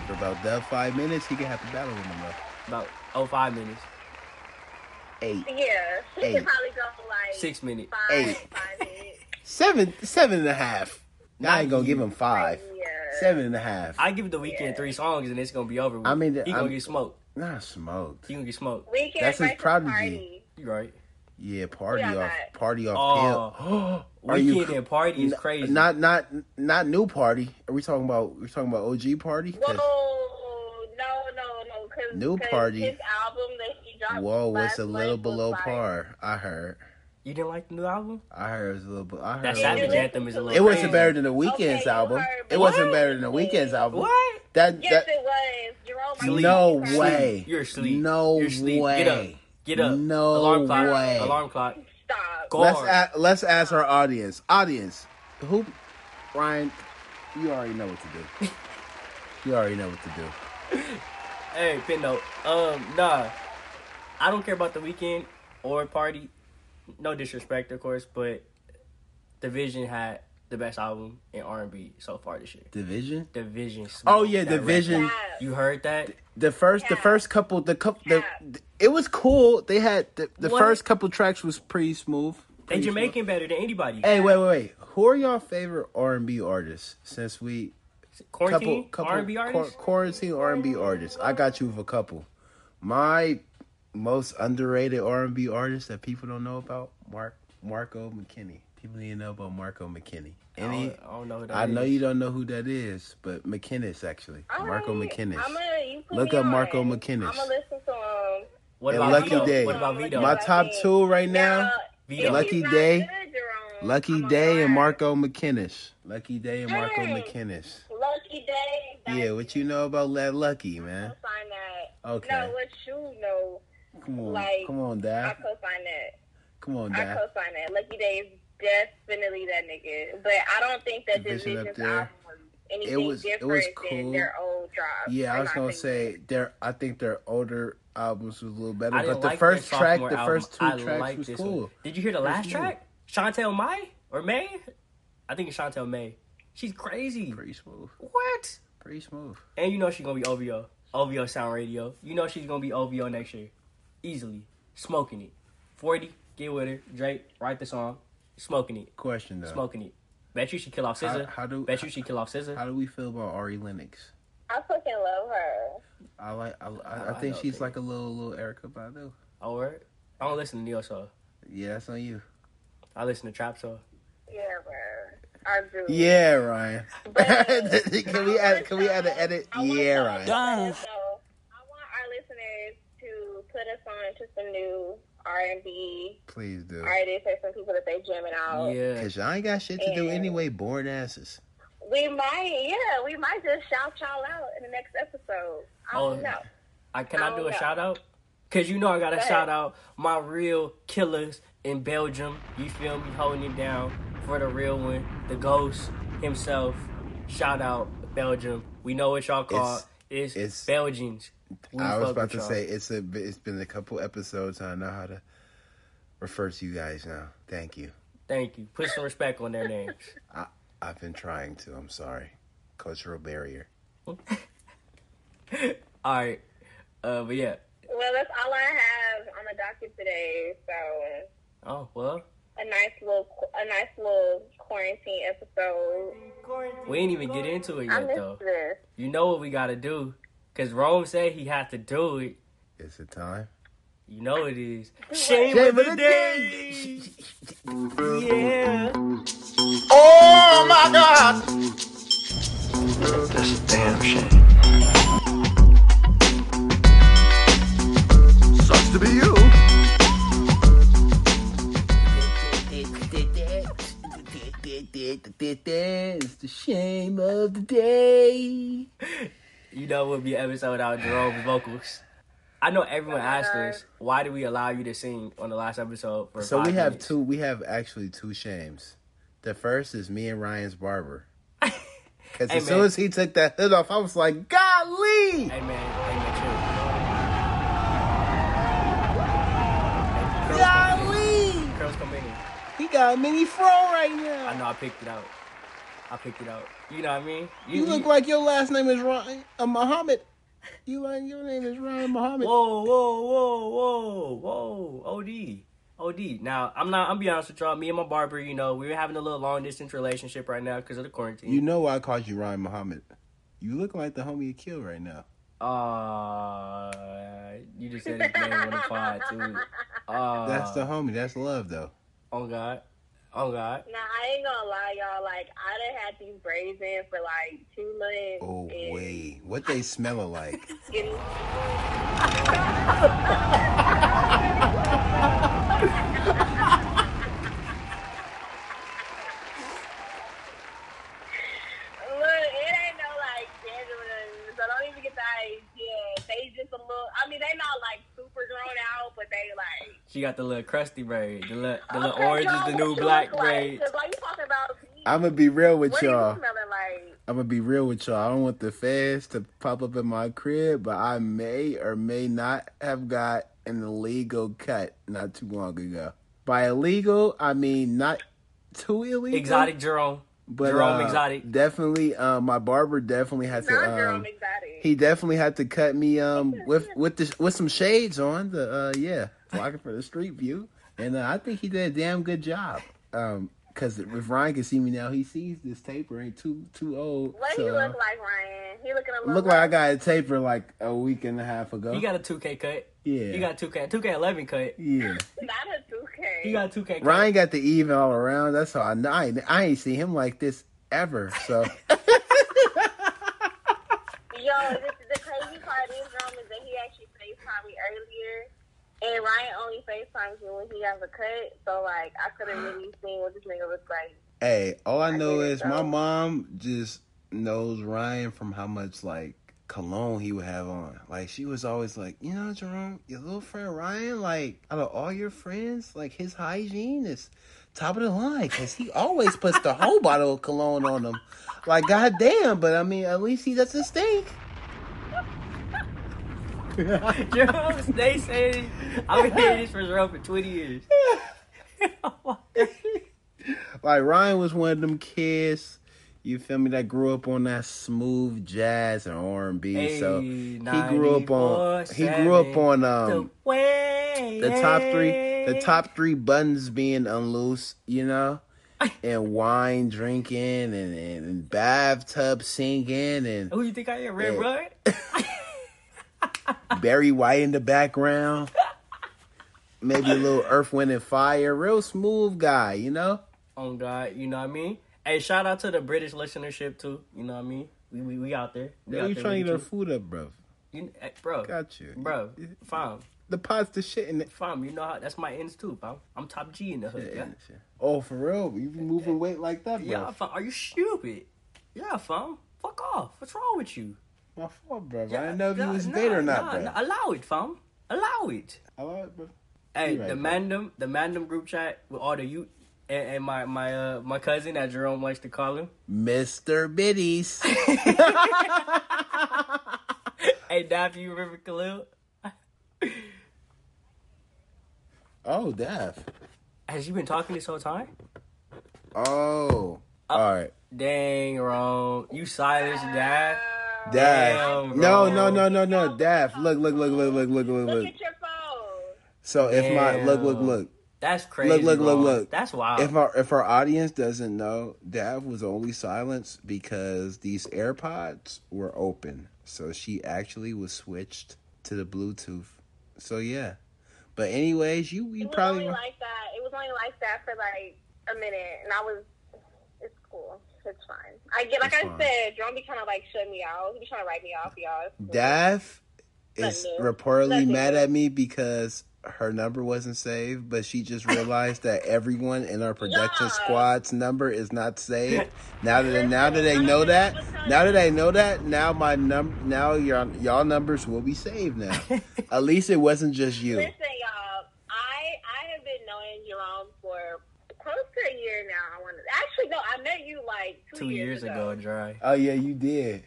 C: For about that five minutes, he could have a battle with him. Bro.
B: About oh five minutes,
C: Eight,
A: Yeah, [laughs] she
C: Eight.
A: could probably go like
B: six minutes.
A: five,
C: Eight.
A: five minutes.
C: seven, seven and a half. Now I ain't gonna give him five.
A: Yeah.
C: Seven and a half.
B: I give the weekend three songs and it's gonna be over. With.
C: I mean,
B: he gonna
C: I'm-
B: get smoked.
C: Nah, smoked.
B: He gonna get smoked.
A: Weekend
C: That's his
A: versus
C: prodigy.
A: Party.
B: You right?
C: Yeah, party
A: Yeah,
C: off,
A: that-
C: party off. Oh, [gasps] are you
B: Weekend and party is
C: N-
B: crazy.
C: Not not not new party. Are we talking about we're talking about OG party? 'Cause-
A: Whoa, no, no, no. Cause,
C: New
A: 'cause
C: Party.
A: His album that he dropped.
C: Whoa, it's
A: last
C: a little
A: month
C: below
A: was, like-
C: par. I heard.
B: you didn't like the new album?
C: I heard it was a little. be- I heard
B: That
C: it, was a
B: Savage
C: little-
B: Anthem is a little.
C: it
B: crazy.
C: wasn't better than the weekend's
A: Okay, you
C: album.
A: heard,
C: It
A: but-
C: wasn't better than the weekend's album.
B: What?
C: That
A: Yes,
C: that.
A: it was. Jerome. I
C: No
A: think you
C: way.
B: You're asleep.
C: No
B: You're asleep. Get up.
C: way.
B: Get up.
C: No
B: Alarm clock.
C: way.
B: Alarm clock.
A: Stop.
B: Go
C: Let's
B: hard.
C: a, let's ask our audience. Audience, who? Ryan, you already know what to
B: [laughs]
C: do. you already know what to do.
B: Hey, Pino. Um, nah. I don't care about the weekend or party. No disrespect, of course, but Division had the best album in R and B so far this year.
C: Division.
B: Division.
C: Oh
B: smoked
C: yeah,
B: that record.
C: division.
A: Stop.
B: You heard that?
C: The first, the
A: Yeah.
C: first couple, the couple, the,
A: Yeah.
C: the- it was cool. They had the, the
B: What?
C: first couple tracks was pretty smooth.
B: They
C: Pretty smooth.
B: Jamaican better than anybody.
C: Hey, wait, wait, wait. Who are y'all favorite R and B artists? Since we couple,
B: Quarantine
C: couple
B: R and B artists.
C: quar- quarantine R and B artists. I got you with a couple. My most underrated R and B artist that people don't know about Mark Marco McKinney. People need to know about Marco McKinney. Any.
B: I don't know. Who that
C: I know
B: is.
C: you don't know who that is, but McKinnis actually.
A: All
C: Marco
A: right,
C: McKinnis.
A: I'ma, you put
C: Look
A: me
C: up
A: on.
C: Marco McKinnis.
A: I'ma listen to him.
B: What
C: And
B: about
C: Lucky
B: Vito?
C: Day.
B: What about Vito?
C: My
A: Lucky.
C: top two right now,
A: if
B: Lucky
A: he's not
C: Day.
A: good, Jerome,
C: Lucky
A: I'ma
C: Day and
A: learn.
C: Marco McKinnis. Lucky Day and Marco
A: Hey.
C: McKinnis.
A: Lucky Day. that's
C: Yeah, what you know about that Lucky, man?
A: co-sign that.
C: Okay.
A: No, what you know,
C: Come on,
A: like,
C: come on,
A: I
C: Dad.
A: co-sign that.
C: Come on,
A: I
C: Dad.
A: co-sign that. Lucky Day is definitely that nigga, but I don't think that this
C: Division up
A: Vision's
C: there.
A: album was anything
C: was- it
A: different
C: was cool.
A: than their old drop.
C: Yeah, I
A: in
C: was
A: my
C: gonna
A: opinion.
C: say their. I think their older albums was a little better,
B: I
C: but
B: didn't
C: the
B: like their
C: first track,
B: sophomore
C: the
B: album.
C: first two
B: I
C: tracks
B: like
C: was
B: this
C: cool.
B: One. Did you hear the last
C: cool.
B: track? Chantel May or May? I think it's Chantel May. She's crazy.
C: Pretty smooth,
B: What?
C: pretty smooth.
B: And you know she's gonna be OVO. OVO Sound Radio. You know she's gonna be OVO next year. Easily. Smoking it. 40, get with her. Drake, write the song. Smoking it.
C: Question though,
B: Smoking it. Bet you she kill off
C: How-
B: Scissor.
C: how do-
B: Bet you she kill off Scissor.
C: how do we feel about Ari Lennox?
A: I fucking love her.
C: I like. I, I, I
B: I
C: think
B: know,
C: she's
B: babe.
C: like a little little Erica Badu.
B: Or I don't listen to Neo Soul.
A: [laughs]
C: Yeah, that's on you.
B: I listen to Trap Soul.
A: Yeah, bro. I do.
C: Yeah, Ryan. [laughs] can we add? Can we add an edit?
A: I want
C: Yeah,
A: our
C: Ryan.
A: listeners,
H: Guys.
A: though- I want our listeners to put us on to some new R&B
C: Please do.
A: artists or some people that they jamming
C: Uh,
A: out.
B: Yeah.
C: Cause y'all ain't got shit to do anyway. Boring asses.
A: We might, yeah, we might just shout y'all out in the next episode. I
B: Oh.
A: don't know.
B: I can I do
A: Oh,
B: a
A: no.
B: shout out? Cause you know I gotta
A: Go ahead.
B: shout out my real killers in Belgium. You feel me holding it down for the real one, the ghost himself. Shout out Belgium. We know what y'all call
C: It's-
B: it's,
C: it's-
B: Belgians. We
C: I was
B: fuck
C: about
B: with
C: to
B: y'all.
C: say it's a. It's been a couple episodes. I know how to refer to you guys now. Thank you.
B: Thank you. Put some respect on their names.
C: I've been trying to. I'm sorry. Cultural barrier.
B: All right. Uh, but yeah.
A: Well, that's all I have on the docket today. So
B: Oh well.
A: a nice little, a nice little quarantine episode.
B: We ain't even get into it
A: I
B: yet
A: missed
B: though.
A: this.
B: You know what we gotta do. Cause Rome said he had to do it.
C: Is it time?
B: You know it is. Shame of the day. Yeah.
D: That's a damn shame. Sucks to be you.
C: It's the shame of the day.
B: You know what would be an episode without Jerome's vocals. I know everyone asked us, why did we allow you to sing on the last episode for
C: So
B: five
C: we have
B: minutes?
C: two. We have actually two shames. The first is me and Ryan's [laughs] barber. Because
B: Hey, man.
C: as soon as he took that hood off, I was like, "Golly!"
B: Hey man, hey man,
C: Golly!
B: chill. Girls come in here.
C: He got a mini fro right
B: I
C: now.
B: know I picked it out. I picked it out. You know what I mean?
C: You look like your last name is Ryan uh, Muhammad. You like your name is Ryan Muhammad.
B: Whoa, whoa, whoa, whoa, whoa. OD. OD. Now, I'm not, I'm be honest with y'all. Me and my barber, you know, we were having a little long distance relationship right now because of the quarantine.
C: You know why I called you Ryan Muhammad. You look like the homie Akil right now.
B: Uh, you just said his name on the pod,
A: [laughs]
B: too. Uh,
C: That's the homie. That's love, though.
B: Oh, God. Oh, God.
A: Now I ain't gonna lie, y'all. Like I done had these braids in for like two months.
C: Oh
A: and
C: wait, what they smell like?
A: Getting, [laughs] Look, it ain't no like genuine, so don't even get the idea. They just a little. I mean, they not like super grown out, but they like.
B: She got the little crusty braid. The little, the little
A: Okay,
B: orange is
A: y'all,
B: the
A: what
B: new
A: you
B: black
A: look like?
B: braid.
A: 'Cause, like, you talking about me.
C: I'm gonna be real with
A: What are you
C: y'all.
A: smelling like?
C: I'm gonna be real with y'all. I don't want the feds to pop up in my crib, but I may or may not have got an illegal cut not too long ago. By illegal, I mean not too illegal.
B: Exotic Jerome.
C: but
B: Jerome
C: uh,
B: Exotic.
C: Definitely, uh, my barber definitely had to.
A: Not girl,
C: Um,
A: exotic.
C: he definitely had to cut me um with with the, with some shades on the uh yeah blocking for the street view, and uh, I think he did a damn good job. Um, because if Ryan can see me now, he sees this taper ain't too too old.
A: what
C: so,
A: he
C: uh,
A: look like, Ryan? He looking a little.
C: Look like I got a taper like a week and a half ago.
B: He got a 2K cut.
C: Yeah.
B: He got 2K, 2K11 cut.
C: yeah.
A: not a two K.
B: He got 2K cut.
C: Ryan got the even all around. That's how I know. I ain't, I ain't seen him like this ever. So
A: Yo, this, the crazy part is, Rome, is that he actually FaceTimed me earlier, and Ryan only FaceTimes me when he has a cut, so, like, I couldn't really
C: [gasps]
A: see what this nigga looks like.
C: hey, all I know
A: did it,
C: is my
A: though.
C: mom just knows Ryan from how much like cologne he would have on. Like she was always like, you know, Jerome, your little friend Ryan, like out of all your friends, like his hygiene is top of the line because he always puts the whole bottle of cologne on him. Like goddamn, but I mean, at least he doesn't stink.
B: Jerome, [laughs] they say I've been hearing this for Jerome for 20 years.
C: like Ryan was one of them kids. You feel me? That grew up on that smooth jazz and R and B. So he grew up on he grew up on um
B: the, way.
C: the top three the top three buttons being unloose,
B: [laughs]
C: you know, and wine drinking and, and, and bathtub singing and
B: [laughs] Who you think I am, Red
C: Yeah. [laughs]
B: Rod?
C: Barry White in the background. Maybe a little Earth, Wind and Fire, real smooth guy, you know.
B: on Oh God, you know what I mean? Hey, shout out to the British listenership too. You know what I mean? We we, we out there. We
C: Yo,
B: out
C: you
B: there
C: trying to
B: with
C: eat our
B: you.
C: food up, bro?
B: You- hey, bro.
C: Got you.
B: Bro, fam,
C: The pot's the shit in it.
B: fam, you know how that's my ends too, fam. I'm top G in the hood. Yeah,
C: Oh, for real? You be moving weight like that, bro?
B: yeah fam. Are you stupid? Yeah, fam. Fuck off. What's wrong with you?
C: My fault, bro. I didn't know if you was bait or
B: nah,
C: not, bro.
B: nah, allow it, fam. Allow it.
C: I love it, bro.
B: Hey,
C: You right,
B: the
C: bro.
B: Mandem, the Mandem group chat with all the youth and, and my my uh, my cousin that Jerome likes to call him.
C: Mr. Biddies.
B: [laughs] Hey, Daph, you remember Khalil?
C: oh, Daph.
B: Has you been talking this whole time?
C: Oh.
B: Uh,
C: All right.
B: Dang, wrong. You silenced Daph.
C: Daph.
B: Damn,
C: No,
B: bro.
C: no, no, no, no. Daph. Look, look, look, look, look, look, look,
A: Look
C: look.
A: at your phone.
C: So if my look, look,
B: Damn. Uh,
C: look.
B: That's crazy.
C: look, look,
B: bro.
C: look.
B: That's wild.
C: If our if our audience doesn't know, Dav was only silenced because these AirPods were open, so she actually was switched to the Bluetooth. So yeah, but anyways, you you
A: It was
C: probably
A: only like that. It was only like that for like a minute, and I was. It's cool. It's fine. I get like
C: It's
A: I
C: fine.
A: said, Jerome be trying to like shut me out. He be trying to write me off, y'all.
C: Dav is
A: Nothing new.
C: reportedly
A: Nothing
C: mad
A: new.
C: at me because her number wasn't saved, but she just realized that everyone in our production
A: Yeah.
C: squad's number is not saved. Now that
A: Listen,
C: now that they
A: I
C: know
A: was
C: that,
A: telling
C: now
A: you.
C: that I know that, now my num now your y'all numbers will be
A: [laughs]
C: saved now.
B: [laughs]
C: at least it wasn't just you.
A: Listen, y'all. I I have been knowing Jerome for close to a year now. I want to actually no. I met you like two,
B: Two years ago,
A: ago.
B: Dry.
C: Oh yeah, you did.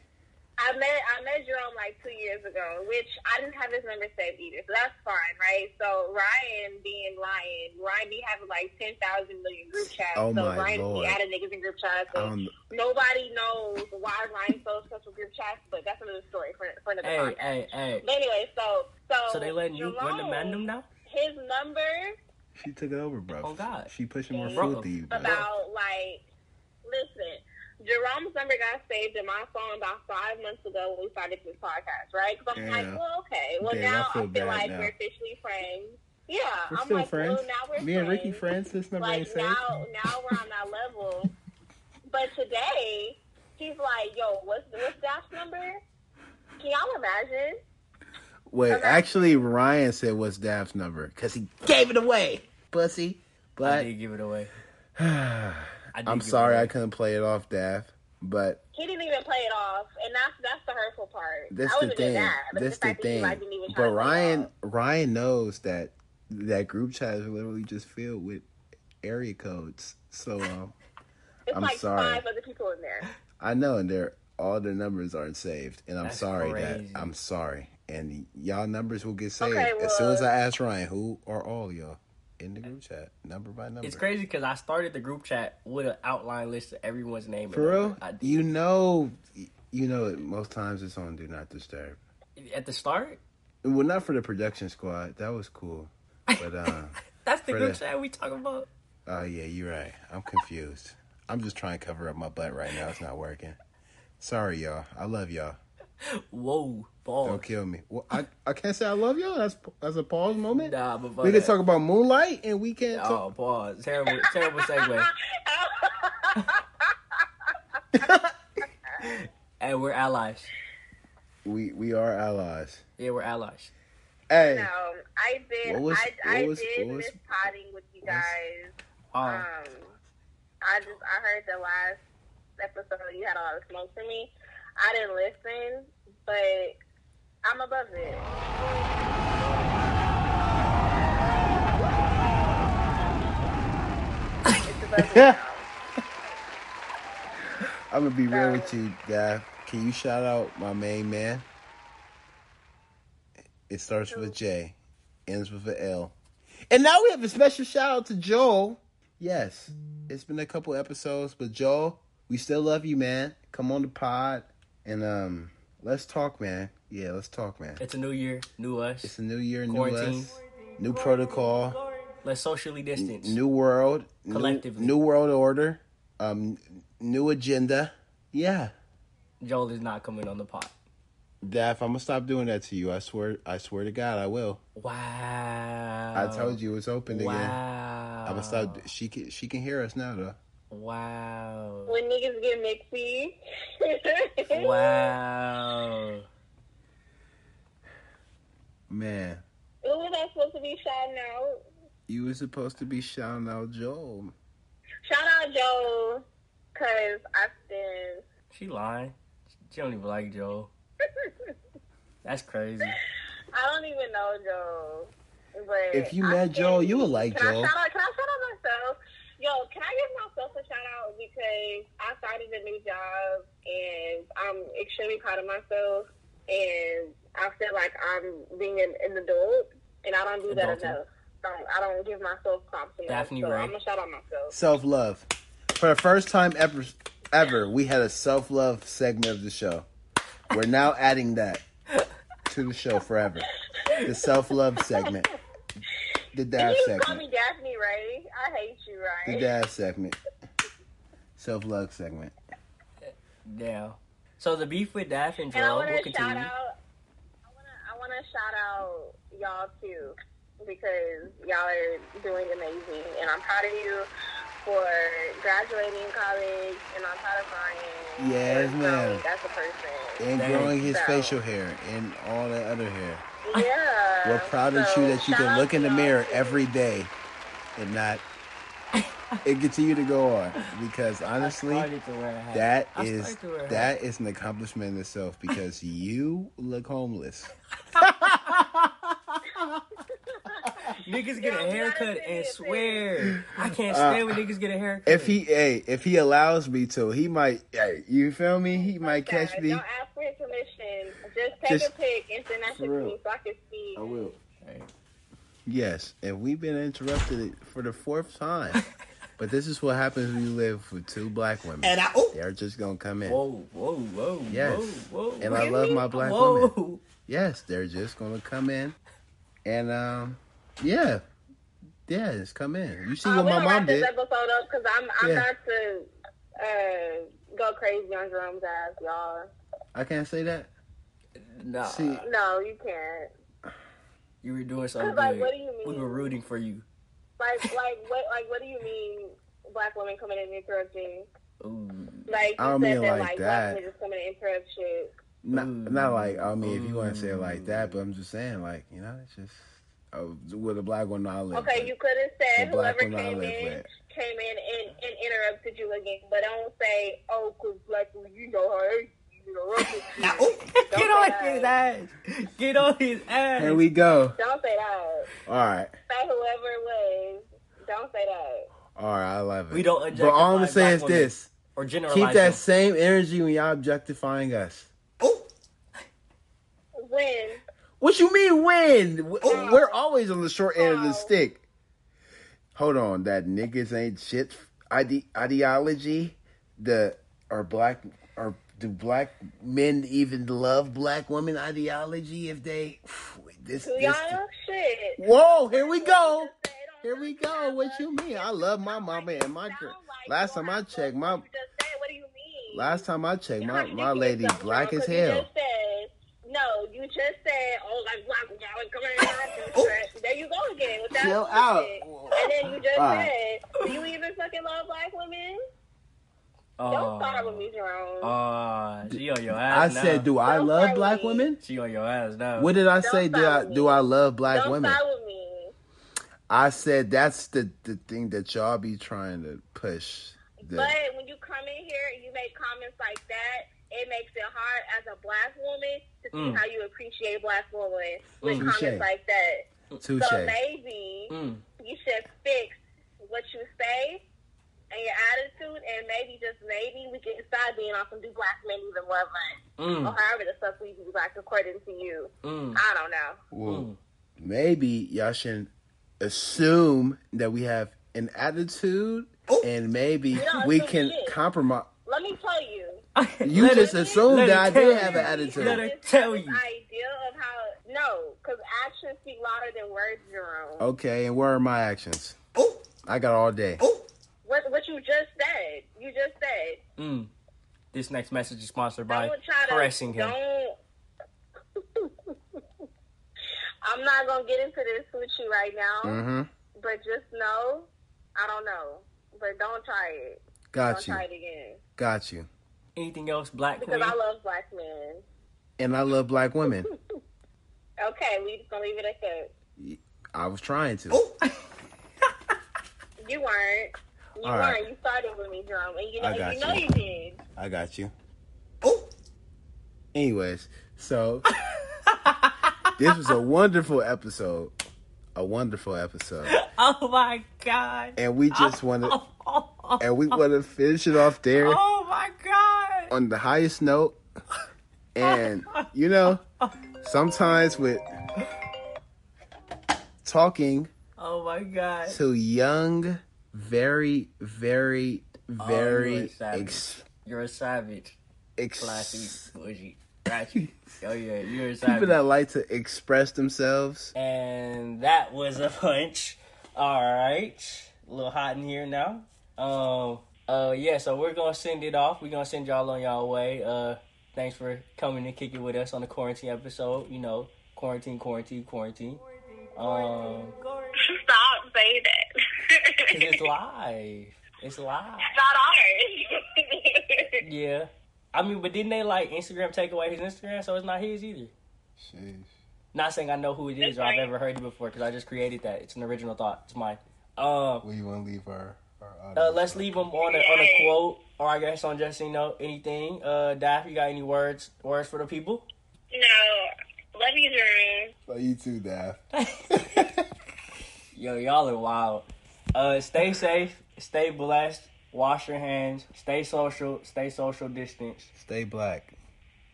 A: I met I met Jerome like two years ago, which I didn't have his number saved either, so that's fine, right? So Ryan being Ryan, Ryan be having like ten thousand million group chats.
C: Oh,
A: so
C: my
A: Ryan
C: Lord.
A: be adding niggas in group chats. So
C: Um,
A: nobody knows why Ryan's so successful with group chats, but that's another story for, for another time.
B: Hey, hey, hey.
A: But anyway, so so
B: So they letting you run the
A: Jerome,
B: Mandem now?
A: His number
C: she took it over, bro.
B: Oh, God.
C: she pushing more
B: Bro.
C: food to you, bro.
A: about like listen jerome's number got saved in my phone about five months ago when we started this podcast right 'Cause i'm like
C: Yeah.
A: well okay well
C: Damn, I
A: now i
C: feel
A: feel,
C: bad
A: like
C: now.
A: we're officially friends yeah
C: We're
A: i'm
C: still
A: like
C: friends.
A: well now we're
C: Me
A: friends.
C: and Ricky friends. This number ain't
A: like
C: saved.
A: now now we're on that level but today he's like yo what's what's Daph's number can y'all imagine
C: Wait, actually, Ryan said what's Dav's number because he gave it away, pussy.
B: I
C: But
B: did give it away. I did
C: [sighs] I'm
B: give it
C: sorry
B: away.
C: I couldn't play it off, Dav. But
A: he didn't even play it off, and that's that's the hurtful part.
C: that's
A: I
C: the
A: would've did
C: thing.
A: That, but
C: that's
A: the
C: the
A: fact that he,
C: thing.
A: like, didn't even try
C: But
A: to play it
C: Ryan,
A: off.
C: Ryan knows that that group chat is literally just filled with area codes. So um,
A: It's
C: I'm
A: like
C: sorry.
A: five other people in
C: [laughs]
A: there.
C: I know, and they're all their numbers aren't saved. And I'm
B: That's
C: sorry,
B: crazy.
C: that I'm sorry. And y'all numbers will get saved
A: Okay,
C: as soon as
A: well-
C: I ask Ryan who are all y'all in the group chat, number by number.
B: It's crazy because I started the group chat with an outline list of everyone's name. and
C: For real?
B: number. I,
C: You know, you know, it- most times it's on Do Not Disturb.
B: at the start,
C: Well, not for the production squad. That was cool. But, uh,
B: that's the
C: For
B: group
C: the-
B: chat we talking about.
C: oh, yeah, you're right. I'm confused. I'm just trying to cover up my butt right now. It's not working. Sorry, y'all. I love y'all.
B: Whoa, ball.
C: Don't kill me. Well, I, I can't say I love y'all. That's that's a pause moment.
B: Nah, but
C: we can talk about Moonlight and we can't
B: Oh,
C: talk.
B: pause. Terrible, terrible segue. and we're allies.
C: We we are allies.
B: Yeah, we're allies.
C: Hey,
A: No, I did.
C: What was-
A: I,
C: what
A: I
C: was-
A: did
C: what was- Oh.
A: miss potting with you guys.
B: Uh,
A: Um, I just I heard the last episode you had a lot of smoke for me. I didn't listen, but I'm above it. It's above
C: [laughs]
A: it now.
C: I'm gonna be real with you, guy. Can you shout out my main man? It starts with a J, ends with an L. And now we have a special shout out to Joel. Yes, it's been a couple episodes, but Joel, we still love you, man. Come on the pod and um, let's talk, man. Yeah, let's talk, man.
B: it's a new year, new
C: It's
B: us.
C: a new year, new
B: Quarantine.
C: us, new protocol,
B: Let's socially distance.
C: new world, new-
B: Collectively.
C: new, world order, um, n- new agenda. Yeah,
B: Joel is not coming on the pot.
C: Daph, I'm gonna stop doing that to you. I swear, I swear to God, I will.
B: Wow.
C: I told you it's open again.
B: Oh. Wow.
C: I'm gonna stop. She can she can hear us now though.
B: Wow.
A: When niggas get mixy. [laughs]
B: Wow.
C: Man,
A: Who was I supposed to be shouting out?
C: you were supposed to be shouting out Joel.
A: Shout out Joe, cause I've been.
B: She lying. She don't even like
A: [laughs]
B: Joe. That's crazy.
A: I don't even know Joe. But
C: If you
A: I
C: met
A: can-
C: Joe, you would like
A: can
C: Joe.
A: I shout out, can I shout out myself? Yo, can I give myself a shout out because I started a new job and I'm extremely proud of myself and I feel like I'm being an, an adult and I don't do that
B: Adulting.
A: enough. Um, I don't give myself props enough.
B: Daphne
A: so
B: Ray.
A: I'm gonna shout out myself.
C: Self love. For the first time ever, ever we had a self love segment of the show. We're now adding that to the show forever. The self love segment, the dive
A: You call me
C: segment,
A: Daphne Ray. I hate you,
C: the
A: right?
C: dive segment, self love segment.
B: Damn. So the beef with Dash and
A: And I
B: Joe
A: want
B: will
A: to shout
B: continue.
A: out. I want to. I want to shout out y'all too because y'all are doing amazing, and I'm proud of you for graduating college, and I'm proud of Brian.
C: Yes,
A: for
C: ma'am.
A: growing as a person.
C: And
B: Dang.
C: growing his
A: So-
C: facial hair and all that other hair.
A: Yeah.
C: We're proud of
A: so
C: you that you
A: shout
C: can
A: out
C: look in
A: to
C: the
A: y'all,
C: mirror
A: too.
C: every day and not and continue to go on because honestly.
B: I started to wear a hat.
C: That
B: I
C: is
B: started to wear a hat.
C: that is an accomplishment in itself because you look homeless.
B: Niggas get
A: Yo,
B: a
A: you
B: haircut
A: gotta send me a
B: and
A: picture.
B: swear. I can't stand when niggas get a haircut.
C: Uh, If he hey, if he allows me to, he might hey, you feel me? He might
A: Guys,
C: catch me.
A: Don't ask for his permission. Just take
C: Just-
A: a pic and send that to
C: for real.
A: me so I can see.
C: will.
B: Hey.
C: Yes, and we've been interrupted for the fourth time. but this is what happens when you live with two black women.
B: And I oh.
C: They're just gonna come in.
B: Whoa, whoa, whoa,
C: Yes.
B: whoa, whoa.
C: And I love my black
B: whoa.
C: women. Yes, they're just gonna come in. And um yeah. Yeah, just come in. You see
A: Uh,
C: what
A: we
C: my
A: gonna
C: mom
A: wrap this
C: did.
A: episode up because I'm I'm
C: Yeah.
A: not to uh, go crazy on Jerome's ass, y'all.
C: I can't say that.
B: Nah,
C: See,
A: No, you can't.
B: you were doing something
A: Like,
B: good.
A: what do you
B: We
A: mean?
B: were rooting for you.
A: Like like what like what do you mean? Black women coming and interrupting.
B: Ooh.
A: Like you
C: I don't
A: said
C: mean
A: that
C: like
A: like
C: that.
A: black niggas coming and interrupt shit.
C: not, not like I mean, if you want to say it like that, but I'm just saying, like you know, it's just oh, with a black one I live.
A: Okay,
C: with.
A: you could have said
C: The black
A: whoever
C: woman I
A: came
C: live
A: in
C: with.
A: came in and, and interrupted you again, but don't say oh because black women, you know her. you
C: [laughs]
A: interrupted you.
B: Get on his ass. Get on his ass.
C: Here we go.
A: Don't say that.
C: All right,
A: Say whoever it was. Don't say that.
C: all right, I love it.
B: We don't
C: But all
B: objectify
C: I'm gonna say
B: black
C: is
B: women.
C: this:
B: or generalize.
C: keep that
B: them.
C: same energy when y'all objectifying us.
A: When
C: What you mean when? W-
A: Oh.
C: We're always on the short end of the
A: Oh.
C: stick. Hold on, that niggas ain't shit ide- ideology. The are black or do black men even love black women ideology if they this
A: to
C: this.
A: y'all shit.
C: Whoa, here we go. Here we go. What you mean? I love my mama and my girl. Last time I checked, my
A: You just said, what do you mean?
C: last time I checked,
A: You
C: my
A: contradicted
C: my lady
A: yourself,
C: black
A: girl,
C: as
A: 'cause You
C: hell.
A: just said, no, you just said, oh, like black women, y'all come in and There you go again. With that
C: Oh. Chill
A: bullshit.
C: out.
A: And then you just
C: All right.
A: said, do you even fucking love black women? Don't start with
B: Oh,
A: me, Jerome.
B: oh, she on your
C: I
B: ass. now.
C: said, do I
A: Don't
C: love
A: fight
C: black
A: me.
C: women?
B: She on your ass now. [laughs]
C: What did I say? Do I
A: fight me.
C: do I love black
A: Don't
C: women?
A: start with me.
C: I said that's the the thing that y'all be trying to push. The,
A: But when you come in here and you make comments like that, it makes it hard as a black woman to see
B: Mm.
A: how you appreciate black women with
C: Touche.
A: comments like that.
C: touche.
A: So maybe
B: Mm.
A: you should fix what you say and your attitude, and maybe just maybe we can stop being on some do black men even love us, or
B: Mm,
A: however the stuff we do like according to you.
B: mm.
A: I don't know.
C: Well, maybe y'all shouldn't assume that we have an attitude, and maybe
A: don't
C: we
A: assume
C: can
A: shit.
C: compromise.
A: Let me tell you.
C: You
B: Let
C: just
B: her-
C: assumed
B: let
C: that I
B: her tell
C: did have
B: you.
C: an attitude.
B: Let her
A: Just
B: tell
A: this
B: you.
A: Idea of how no, because actions speak louder than words, Jerome.
C: Okay, and where are my actions?
B: Oh.
C: I got all day.
A: What what you just said? You just said.
B: Mm. This next message is sponsored by
A: don't try to
B: caressing him.
A: Don't. [laughs] I'm not gonna get into this with you right now,
C: Mm-hmm.
A: but just know I don't know, but don't try it.
C: Got
A: don't
C: you.
A: try it again
C: Got you.
B: Anything else, Black
A: because
B: Queen?
A: I love black men.
C: And I love black women.
A: Okay, we just gonna leave it at that.
C: I was trying to.
A: You weren't. You
C: All right.
A: weren't. You started with me, drum, and you know
C: I got
A: you know
C: you.
A: you did.
C: I got you. Anyways, so this was a wonderful episode. A wonderful episode.
B: oh my god. [laughs]
C: And we just want to
B: Oh, oh,
C: and we want to finish it off there
B: oh my god.
C: on the highest note. And you know, sometimes with talking
B: Oh my god.
C: to young, very, very, very
B: savage.
C: ex-
B: You're a savage.
C: ex-
B: Classy, bougie, ratchet. Oh yeah, you're a
C: people
B: savage.
C: that like to express themselves.
B: And that was a [laughs] punch. All right, a little hot in here now. Um, uh, yeah. So we're gonna send it off. We're gonna send y'all on y'all way. Uh, thanks for coming and kicking with us on the quarantine episode. You know, quarantine, quarantine, quarantine. Um,
A: [laughs] Stop saying that.
B: 'cause
A: [laughs]
B: it's live. It's live.
A: Not ours. [laughs]
B: Yeah. I mean, but didn't they like Instagram take away his Instagram, so it's not his either. Not saying I know who it is or I've ever heard it before because I just created that. It's an original thought. It's mine. Um,
C: Where you want to leave our,
B: Uh, let's leave them on a, on a quote, or I guess on just you know anything. Uh, Daph, you got any words words for the people?
A: no, love you, Drew.
C: Oh, you too, Daph.
B: [laughs] Yo, y'all are wild. Uh, stay safe, stay blessed, wash your hands, stay social, stay social distance.
C: Stay black.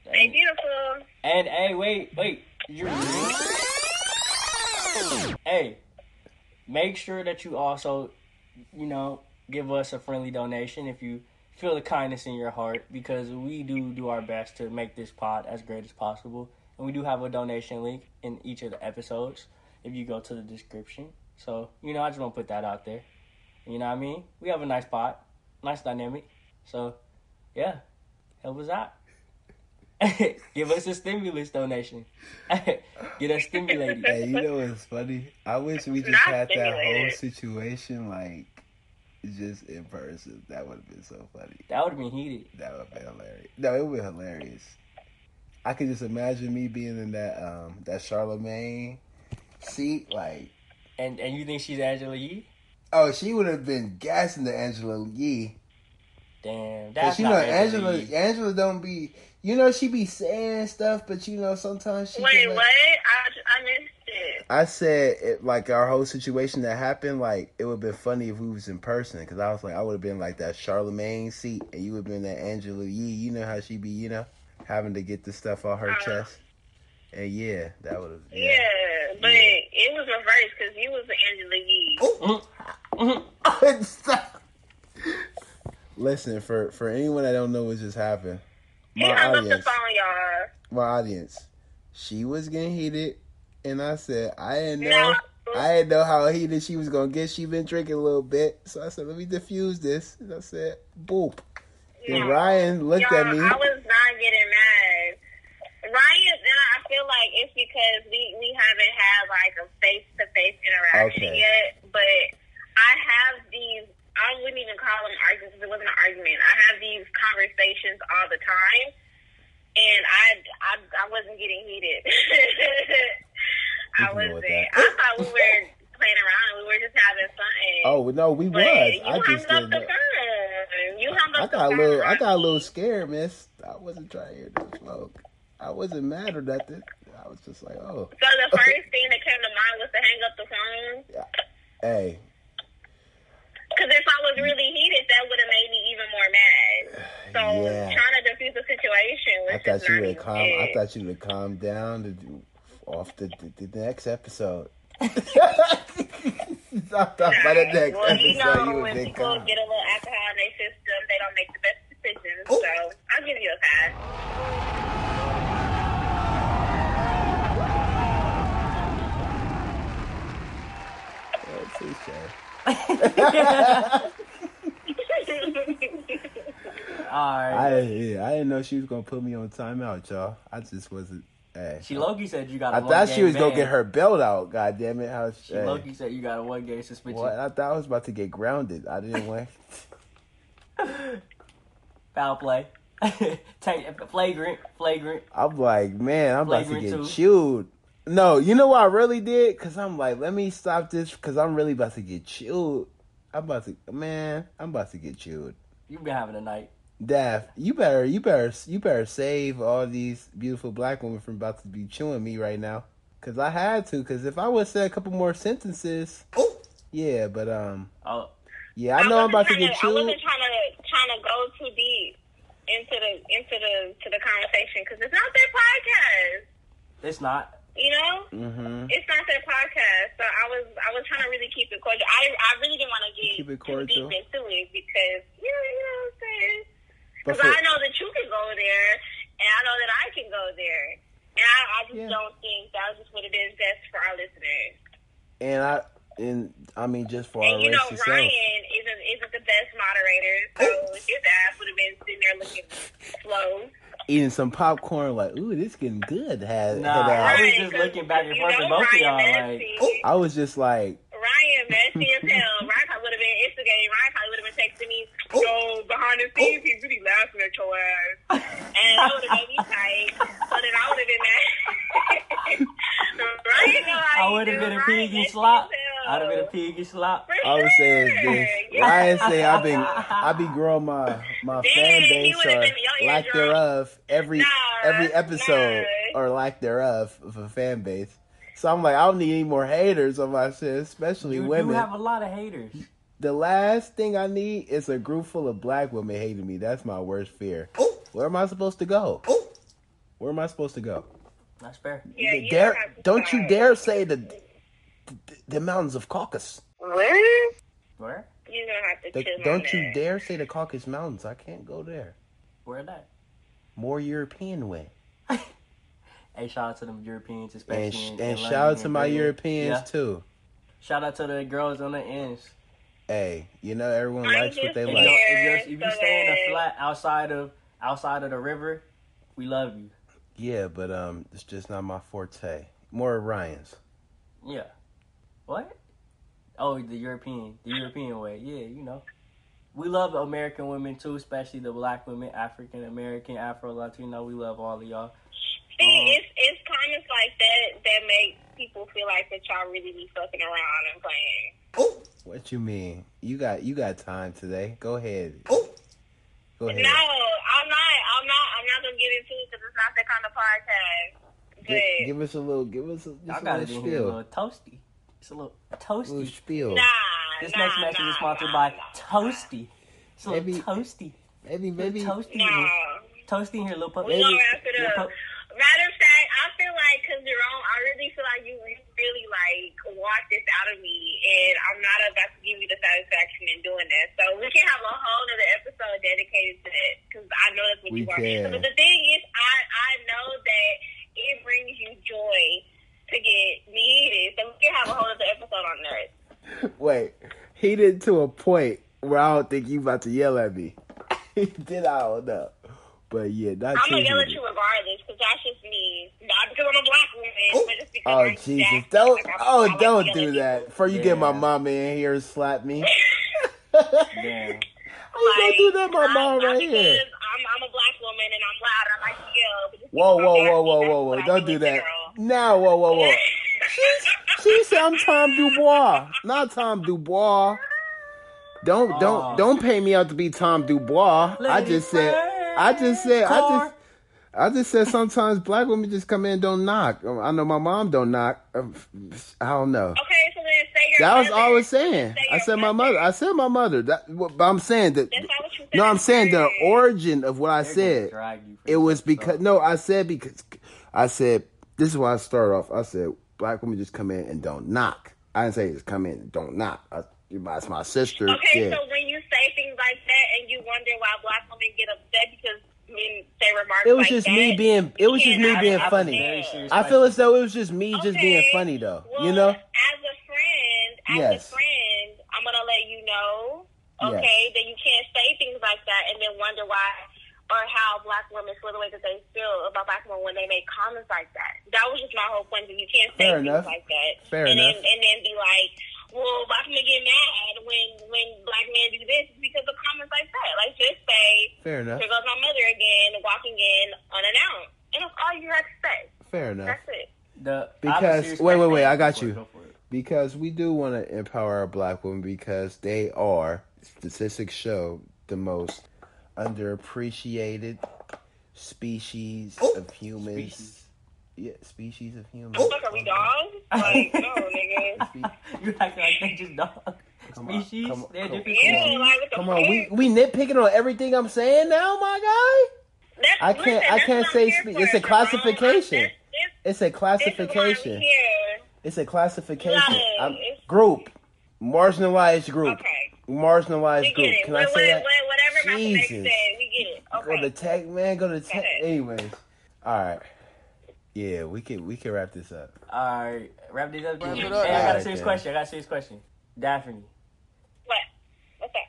A: Stay beautiful.
B: And hey, wait, wait, you hey, make sure that you also, you know, give us a friendly donation if you feel the kindness in your heart, because we do do our best to make this pod as great as possible, and we do have a donation link in each of the episodes if you go to the description. So you know, I just want to put that out there. You know what I mean? We have a nice pod, nice dynamic. So, yeah, help us out. [laughs] Give us a stimulus donation. [laughs] Get us stimulated.
C: Hey, you know what's funny? I wish we just
A: Not
C: had that whole
A: stimulated.
C: situation like just in person. That would have been so funny.
B: That would have been heated.
C: That would have been hilarious. No, it would be hilarious. I could just imagine me being in that um that Charlemagne seat, like
B: And and you think she's Angela Yee?
C: oh, she would have been gassing the Angela Yee.
B: Damn,
C: Cause
B: that's
C: you know
B: not Angela.
C: Angela,
B: Yee.
C: Angela don't be, you know she be saying stuff, but you know sometimes she.
A: Wait,
C: can, like-
A: what? I, I missed it.
C: I said it, like our whole situation that happened, like it would have been funny if we was in person, because I was like I would have been like that Charlemagne seat, and you would have been that Angela Yee. You know how she be, you know, having to get the stuff off her
A: Uh-huh.
C: chest, and yeah, that would have.
A: Yeah, but it was reversed because you was the Angela Yee.
C: Oh. Stop. [laughs] Listen for for anyone that don't know what just happened, my
A: he hung up
C: audience,
A: the phone, y'all.
C: my audience, she was getting heated, and I said I didn't know.
A: No.
C: I didn't know how heated she was gonna get. She been drinking a little bit, so I said, "Let me diffuse this." And I said, "Boop." Then
A: Yeah.
C: Ryan looked
A: Y'all,
C: at me.
A: I was not getting mad. Ryan, and I feel like it's because we we haven't had like a face to face interaction
C: Okay.
A: yet. But I have these. I wouldn't even call them arguments. 'cause It wasn't an argument. I have these conversations all the time, and I I, I wasn't getting heated. [laughs] I
C: can go
A: wasn't.
C: with
A: I thought we were playing around. We were just having fun.
C: oh no, we
A: But
C: was.
A: you
C: I just
A: hung up the
C: didn't. know.
A: phone. You hung up
C: I
A: the
C: got a little. I
A: phone.
C: got a little scared, miss. I wasn't trying to hear no smoke. I wasn't mad or nothing. I was just like, "Oh,
A: So the first thing that came to mind was to hang up the phone.
C: hey,
A: Because if I was really heated, that would have made me even more mad. So
C: Yeah.
A: trying to diffuse the situation was
C: I thought
A: just
C: you
A: not
C: would
A: even
C: calm. I
A: good.
C: thought you would calm down to do, off the, the, the next
A: [laughs]
C: episode." [laughs] I thought by the next
A: well, you
C: episode you
A: know,
C: would
A: when
C: be
A: people
C: calm.
A: get a little alcohol in their system, they don't make the best decisions.
C: Oh.
A: So I'll give you a pass.
C: Oh, touche.
B: All right.
C: I yeah, I didn't know she was gonna put me on timeout, y'all. I just wasn't Hey.
B: She Loki said you got. a
C: I thought she
B: one-game
C: was gonna
B: ban.
C: get her belt out. God damn it! How
B: She
C: hey.
B: Loki said you got a one game suspension.
C: What? I thought I was about to get grounded. I didn't want.
B: [laughs] Foul play. [laughs] Take- flagrant, flagrant.
C: I'm like, man, I'm about to
B: Flagrant
C: get
B: two.
C: chewed. No, you know what I really did? Cause I'm like, let me stop this. Cause I'm really about to get chewed. I'm about to, man, I'm about to get chewed.
B: You've been having a night.
C: Daph, you better, you better, you better save all these beautiful black women from about to be chewing me right now. Cause I had to. Cause if I would have said a couple more sentences, yeah. But um,
B: Oh,
C: yeah, I know I'm
A: wasn't
C: about to
A: tryna-
C: get
A: I
C: chewed.
A: wasn't trying to trying to go too deep into the into the to the conversation because it's not their podcast.
B: it's not.
A: You know,
C: Mm-hmm.
A: it's not their podcast. So I was I was trying to really keep it cordial. I I really didn't want to get
C: Keep it
A: too
C: cordial.
A: deep into it because you know, you know what I'm saying.
C: But
A: Because
C: for,
A: I know that you can go there, and I know that I can go there, and I, I just
C: Yeah.
A: don't think that was just what it is best for our listeners.
C: and I and I mean just for our
A: And you
C: race
A: know,
C: itself.
A: Ryan isn't isn't the best moderator,
C: [laughs]
A: so his ass would have been sitting there looking slow.
C: eating some popcorn, like, ooh, this getting good. Had,
B: Nah, I was
C: had, uh,
A: Right,
B: just
A: 'cause
B: looking back and
A: you
B: forth
A: know
B: with both
A: Ryan
B: of y'all. Like,
A: messy.
C: I was just like,
A: Ryan messy as hell. Ryan probably would have been instigating. Ryan probably would have been texting me, yo, behind the scenes, he's really laughing at your ass. And that would have made me tight. So then I would have been mad. [laughs] Ryan know how
B: I
A: you
B: would have
A: do.
B: been a
A: Ryan
B: piggy
A: messy
B: slop.
A: as hell.
B: I'd have been a piggy slop.
A: For
C: I would say is
A: sure.
C: this.
A: [laughs] Yeah.
C: Ryan say I've been, I
A: [laughs]
C: be growing my my
A: Dang,
C: fan
A: he
C: base
A: would've been- y'all
C: or
A: ear
C: lack
A: drunk.
C: thereof every
A: Nah,
C: every episode
A: nah.
C: or lack thereof of a fan base. So I'm like, I don't need any more haters on my shit, especially
B: You do
C: women.
B: have a lot of haters.
C: the last thing I need is a group full of black women hating me. That's my worst fear. Where am I supposed to go? Where am I supposed to go?
B: That's fair.
A: Yeah, you
C: dare,
A: have to
C: don't you
A: start.
C: dare say the, the the mountains of Caucasus.
A: What?
B: Where?
A: You're gonna have to
C: The-
A: chill on
C: don't you
A: that.
C: dare say the Caucasus Mountains. I can't go there.
B: Where that?
C: More European way.
B: Hey, shout out to them Europeans, especially.
C: And, sh-
B: in- in
C: and shout
B: London
C: out to
B: and
C: my
B: Britain.
C: Europeans
B: Yeah.
C: too.
B: Shout out to the girls on the ends.
C: Hey, you know everyone
A: I'm
C: likes what
A: just
C: they
B: If
A: here.
B: you
C: like.
B: if you're, if you
A: so
B: stay in a
A: that-
B: flat outside of outside of the river, we love you.
C: Yeah, but um, it's just not my forte. More Ryan's.
B: Yeah. What? Oh, the European, the European way. Yeah, you know. We love American women too, especially the black women, African American, Afro Latino. We love all of y'all.
A: See, it's it's comments like that that make people feel like that y'all really be fucking around and playing.
C: What you mean? You got you got time today? Go ahead.
A: Oh.
C: Go ahead.
A: No, I'm not. I'm not. I'm not gonna get into it because it's not that kind of podcast.
C: Gi-
A: But
C: give us a little. Give us a, just
B: Y'all
C: a
B: got it
C: little
B: in here a
C: spiel.
B: little toasty. It's a little
C: A little
B: toasty.
C: spiel.
A: nah,
B: This
A: nah,
B: next message
A: nah,
B: is sponsored
A: nah,
B: by
A: nah,
B: Toasty. It's a little
C: Maybe-
B: toasty. Maybe,
C: Maybe maybe.
B: toasty.
A: Nah.
B: in here. Toasty in here, little pup.
A: We gonna wrap it
B: Lil
A: up.
B: Pup.
A: Matter of fact, I feel like because Jerome, I really feel like you you really like walked this out of me, and I'm not about to give you the satisfaction in doing that. So we can have a whole other episode dedicated to that because I know that's what
C: We
A: you want.
C: can.
A: But the thing is, I I know that it brings you joy to get me heated, so we can have a whole other episode on that.
C: Wait, he did to a point where I don't think you about to yell at me. [laughs] he did, I don't know. But yeah, not
A: I'm gonna
C: you.
A: yell at
C: Hedy.
A: you regardless because that's just me. Not because I'm a black woman, but just because
C: Oh
A: I'm
C: Jesus!
A: jacked.
C: Don't
A: Like, I- I
C: oh
A: like
C: don't
A: yelling
C: do
A: at
C: that. Before you get my
B: Yeah.
C: mama in here and
A: [laughs]
C: slap me.
B: Damn.
C: Oh, don't do that, my
A: I'm-
C: mom
A: I'm
C: right
A: because
C: here.
A: I'm, I'm a black woman and I'm loud. I like to yell. but just
C: Whoa,
A: because I'm
C: whoa, whoa,
A: nasty,
C: whoa,
A: that's
C: whoa,
A: what
C: whoa!
A: I
C: Don't
A: do
C: do
A: as a
C: that.
A: girl.
C: Now, whoa, [laughs] whoa, whoa! She said I'm Tom Dubois, not Tom Dubois. Don't
B: Aw.
C: don't don't pay me out to be Tom Dubois. I
B: Lady
C: just said I just said I
B: Car.
C: just I just said sometimes black women just come in and don't knock. Um, I know my mom don't knock. Um, I don't know.
A: [laughs] Okay, so then say your
C: That was
A: mother.
C: all I was saying.
A: Say
C: I
A: your
C: said my mother. I said my mother. That, what- but I'm saying that.
A: That's not what you said.
C: No, I'm saying the origin of what
B: They're
C: I
B: gonna
C: said.
B: drag you for
C: It was
B: this
C: because
B: episode.
C: no, I said because I said this is why I started off. I said black women just come in and don't knock. I didn't say just come in and don't knock. I, that's my sister.
A: Okay,
C: yeah.
A: so when you say things like that and you wonder why black women get upset because men say remarks
C: It was
A: like
C: just
A: that,
C: me being. It was
A: you
C: just me
A: cannot
C: being
A: upset.
C: funny.
B: serious
C: I feel as though it was just me just being
A: Okay,
C: funny though.
A: well,
C: You know.
A: as a friend, as
C: Yes.
A: a friend, I'm gonna let you know.
C: Yes.
A: Okay, that you can't say things like that and then wonder why. or how black women feel the way that they feel about black women when they make comments like that. That was just my whole point. That you can't say
C: Fair
A: things
C: enough.
A: like that.
C: Fair
A: and
C: enough.
A: Then, and then be like, well, black men get mad when when black men do this because of comments like that. Like just say,
C: Fair enough.
A: here goes my mother again, walking in unannounced, and that's all you have to say.
C: Fair enough.
A: That's it.
B: The
C: Because-
B: opposite-
C: wait, wait, wait, I got
B: Go for it,
C: you.
B: go for [laughs] it.
C: Because we do want to empower our black women because they are, statistics show, the most underappreciated species
A: Oh.
C: of humans.
B: Species.
C: Yeah, species of humans.
A: The fuck are we dogs? Like no, nigga.
C: Spe-
B: You acting like they just dog
C: Come on,
B: species.
C: come on,
B: They're
C: come on.
B: different
A: Yeah,
B: species.
A: like what the
C: Come on,
A: fuck?
C: we we nitpicking on everything I'm saying now, my guy.
A: That's-
C: I can't-
A: listen,
C: I
A: that's
C: can't
A: what I'm
C: say
A: here
C: spe-
A: for,
C: it's a
A: Jerome.
C: classification.
A: Like, this- this-
C: It's a
A: this is why I'm
C: classification.
A: here.
C: It's a classification.
A: No,
C: I'm-
A: it's-
C: group, marginalized group,
A: Okay. We
C: marginalized
A: get
C: group.
A: it.
C: Can
A: What-
C: I say
A: what-
C: that?
A: what- Whatever Malcolm X said,
C: Jesus.
A: we get it.
C: Go to
A: Okay.
C: tech, man. Go to tech.
A: ahead.
C: Anyways, all right. Yeah, we can we can wrap this up.
B: All right, wrap this up. Hey, I
H: up.
B: got a
C: Alright,
B: serious
C: then.
B: question. I got a serious question. Daphne,
A: What? What's that?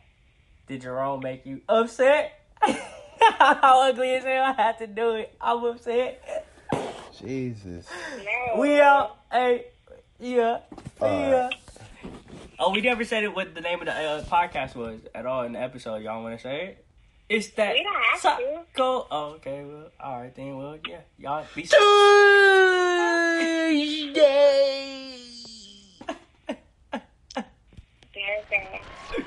B: did Jerome make you upset? [laughs] How ugly is it? I had to do it. I'm upset.
C: Jesus.
A: No.
B: We out. Hey, yeah, yeah.
C: Alright.
B: Oh, we never said it. What the name of the uh, podcast was at all in the episode? Y'all want to say it? It's that.
A: We don't have
B: so-
A: to.
B: Go. Oh, okay. Well, all right then. Well, yeah. Y'all be.
C: Tuesday.
A: There's that.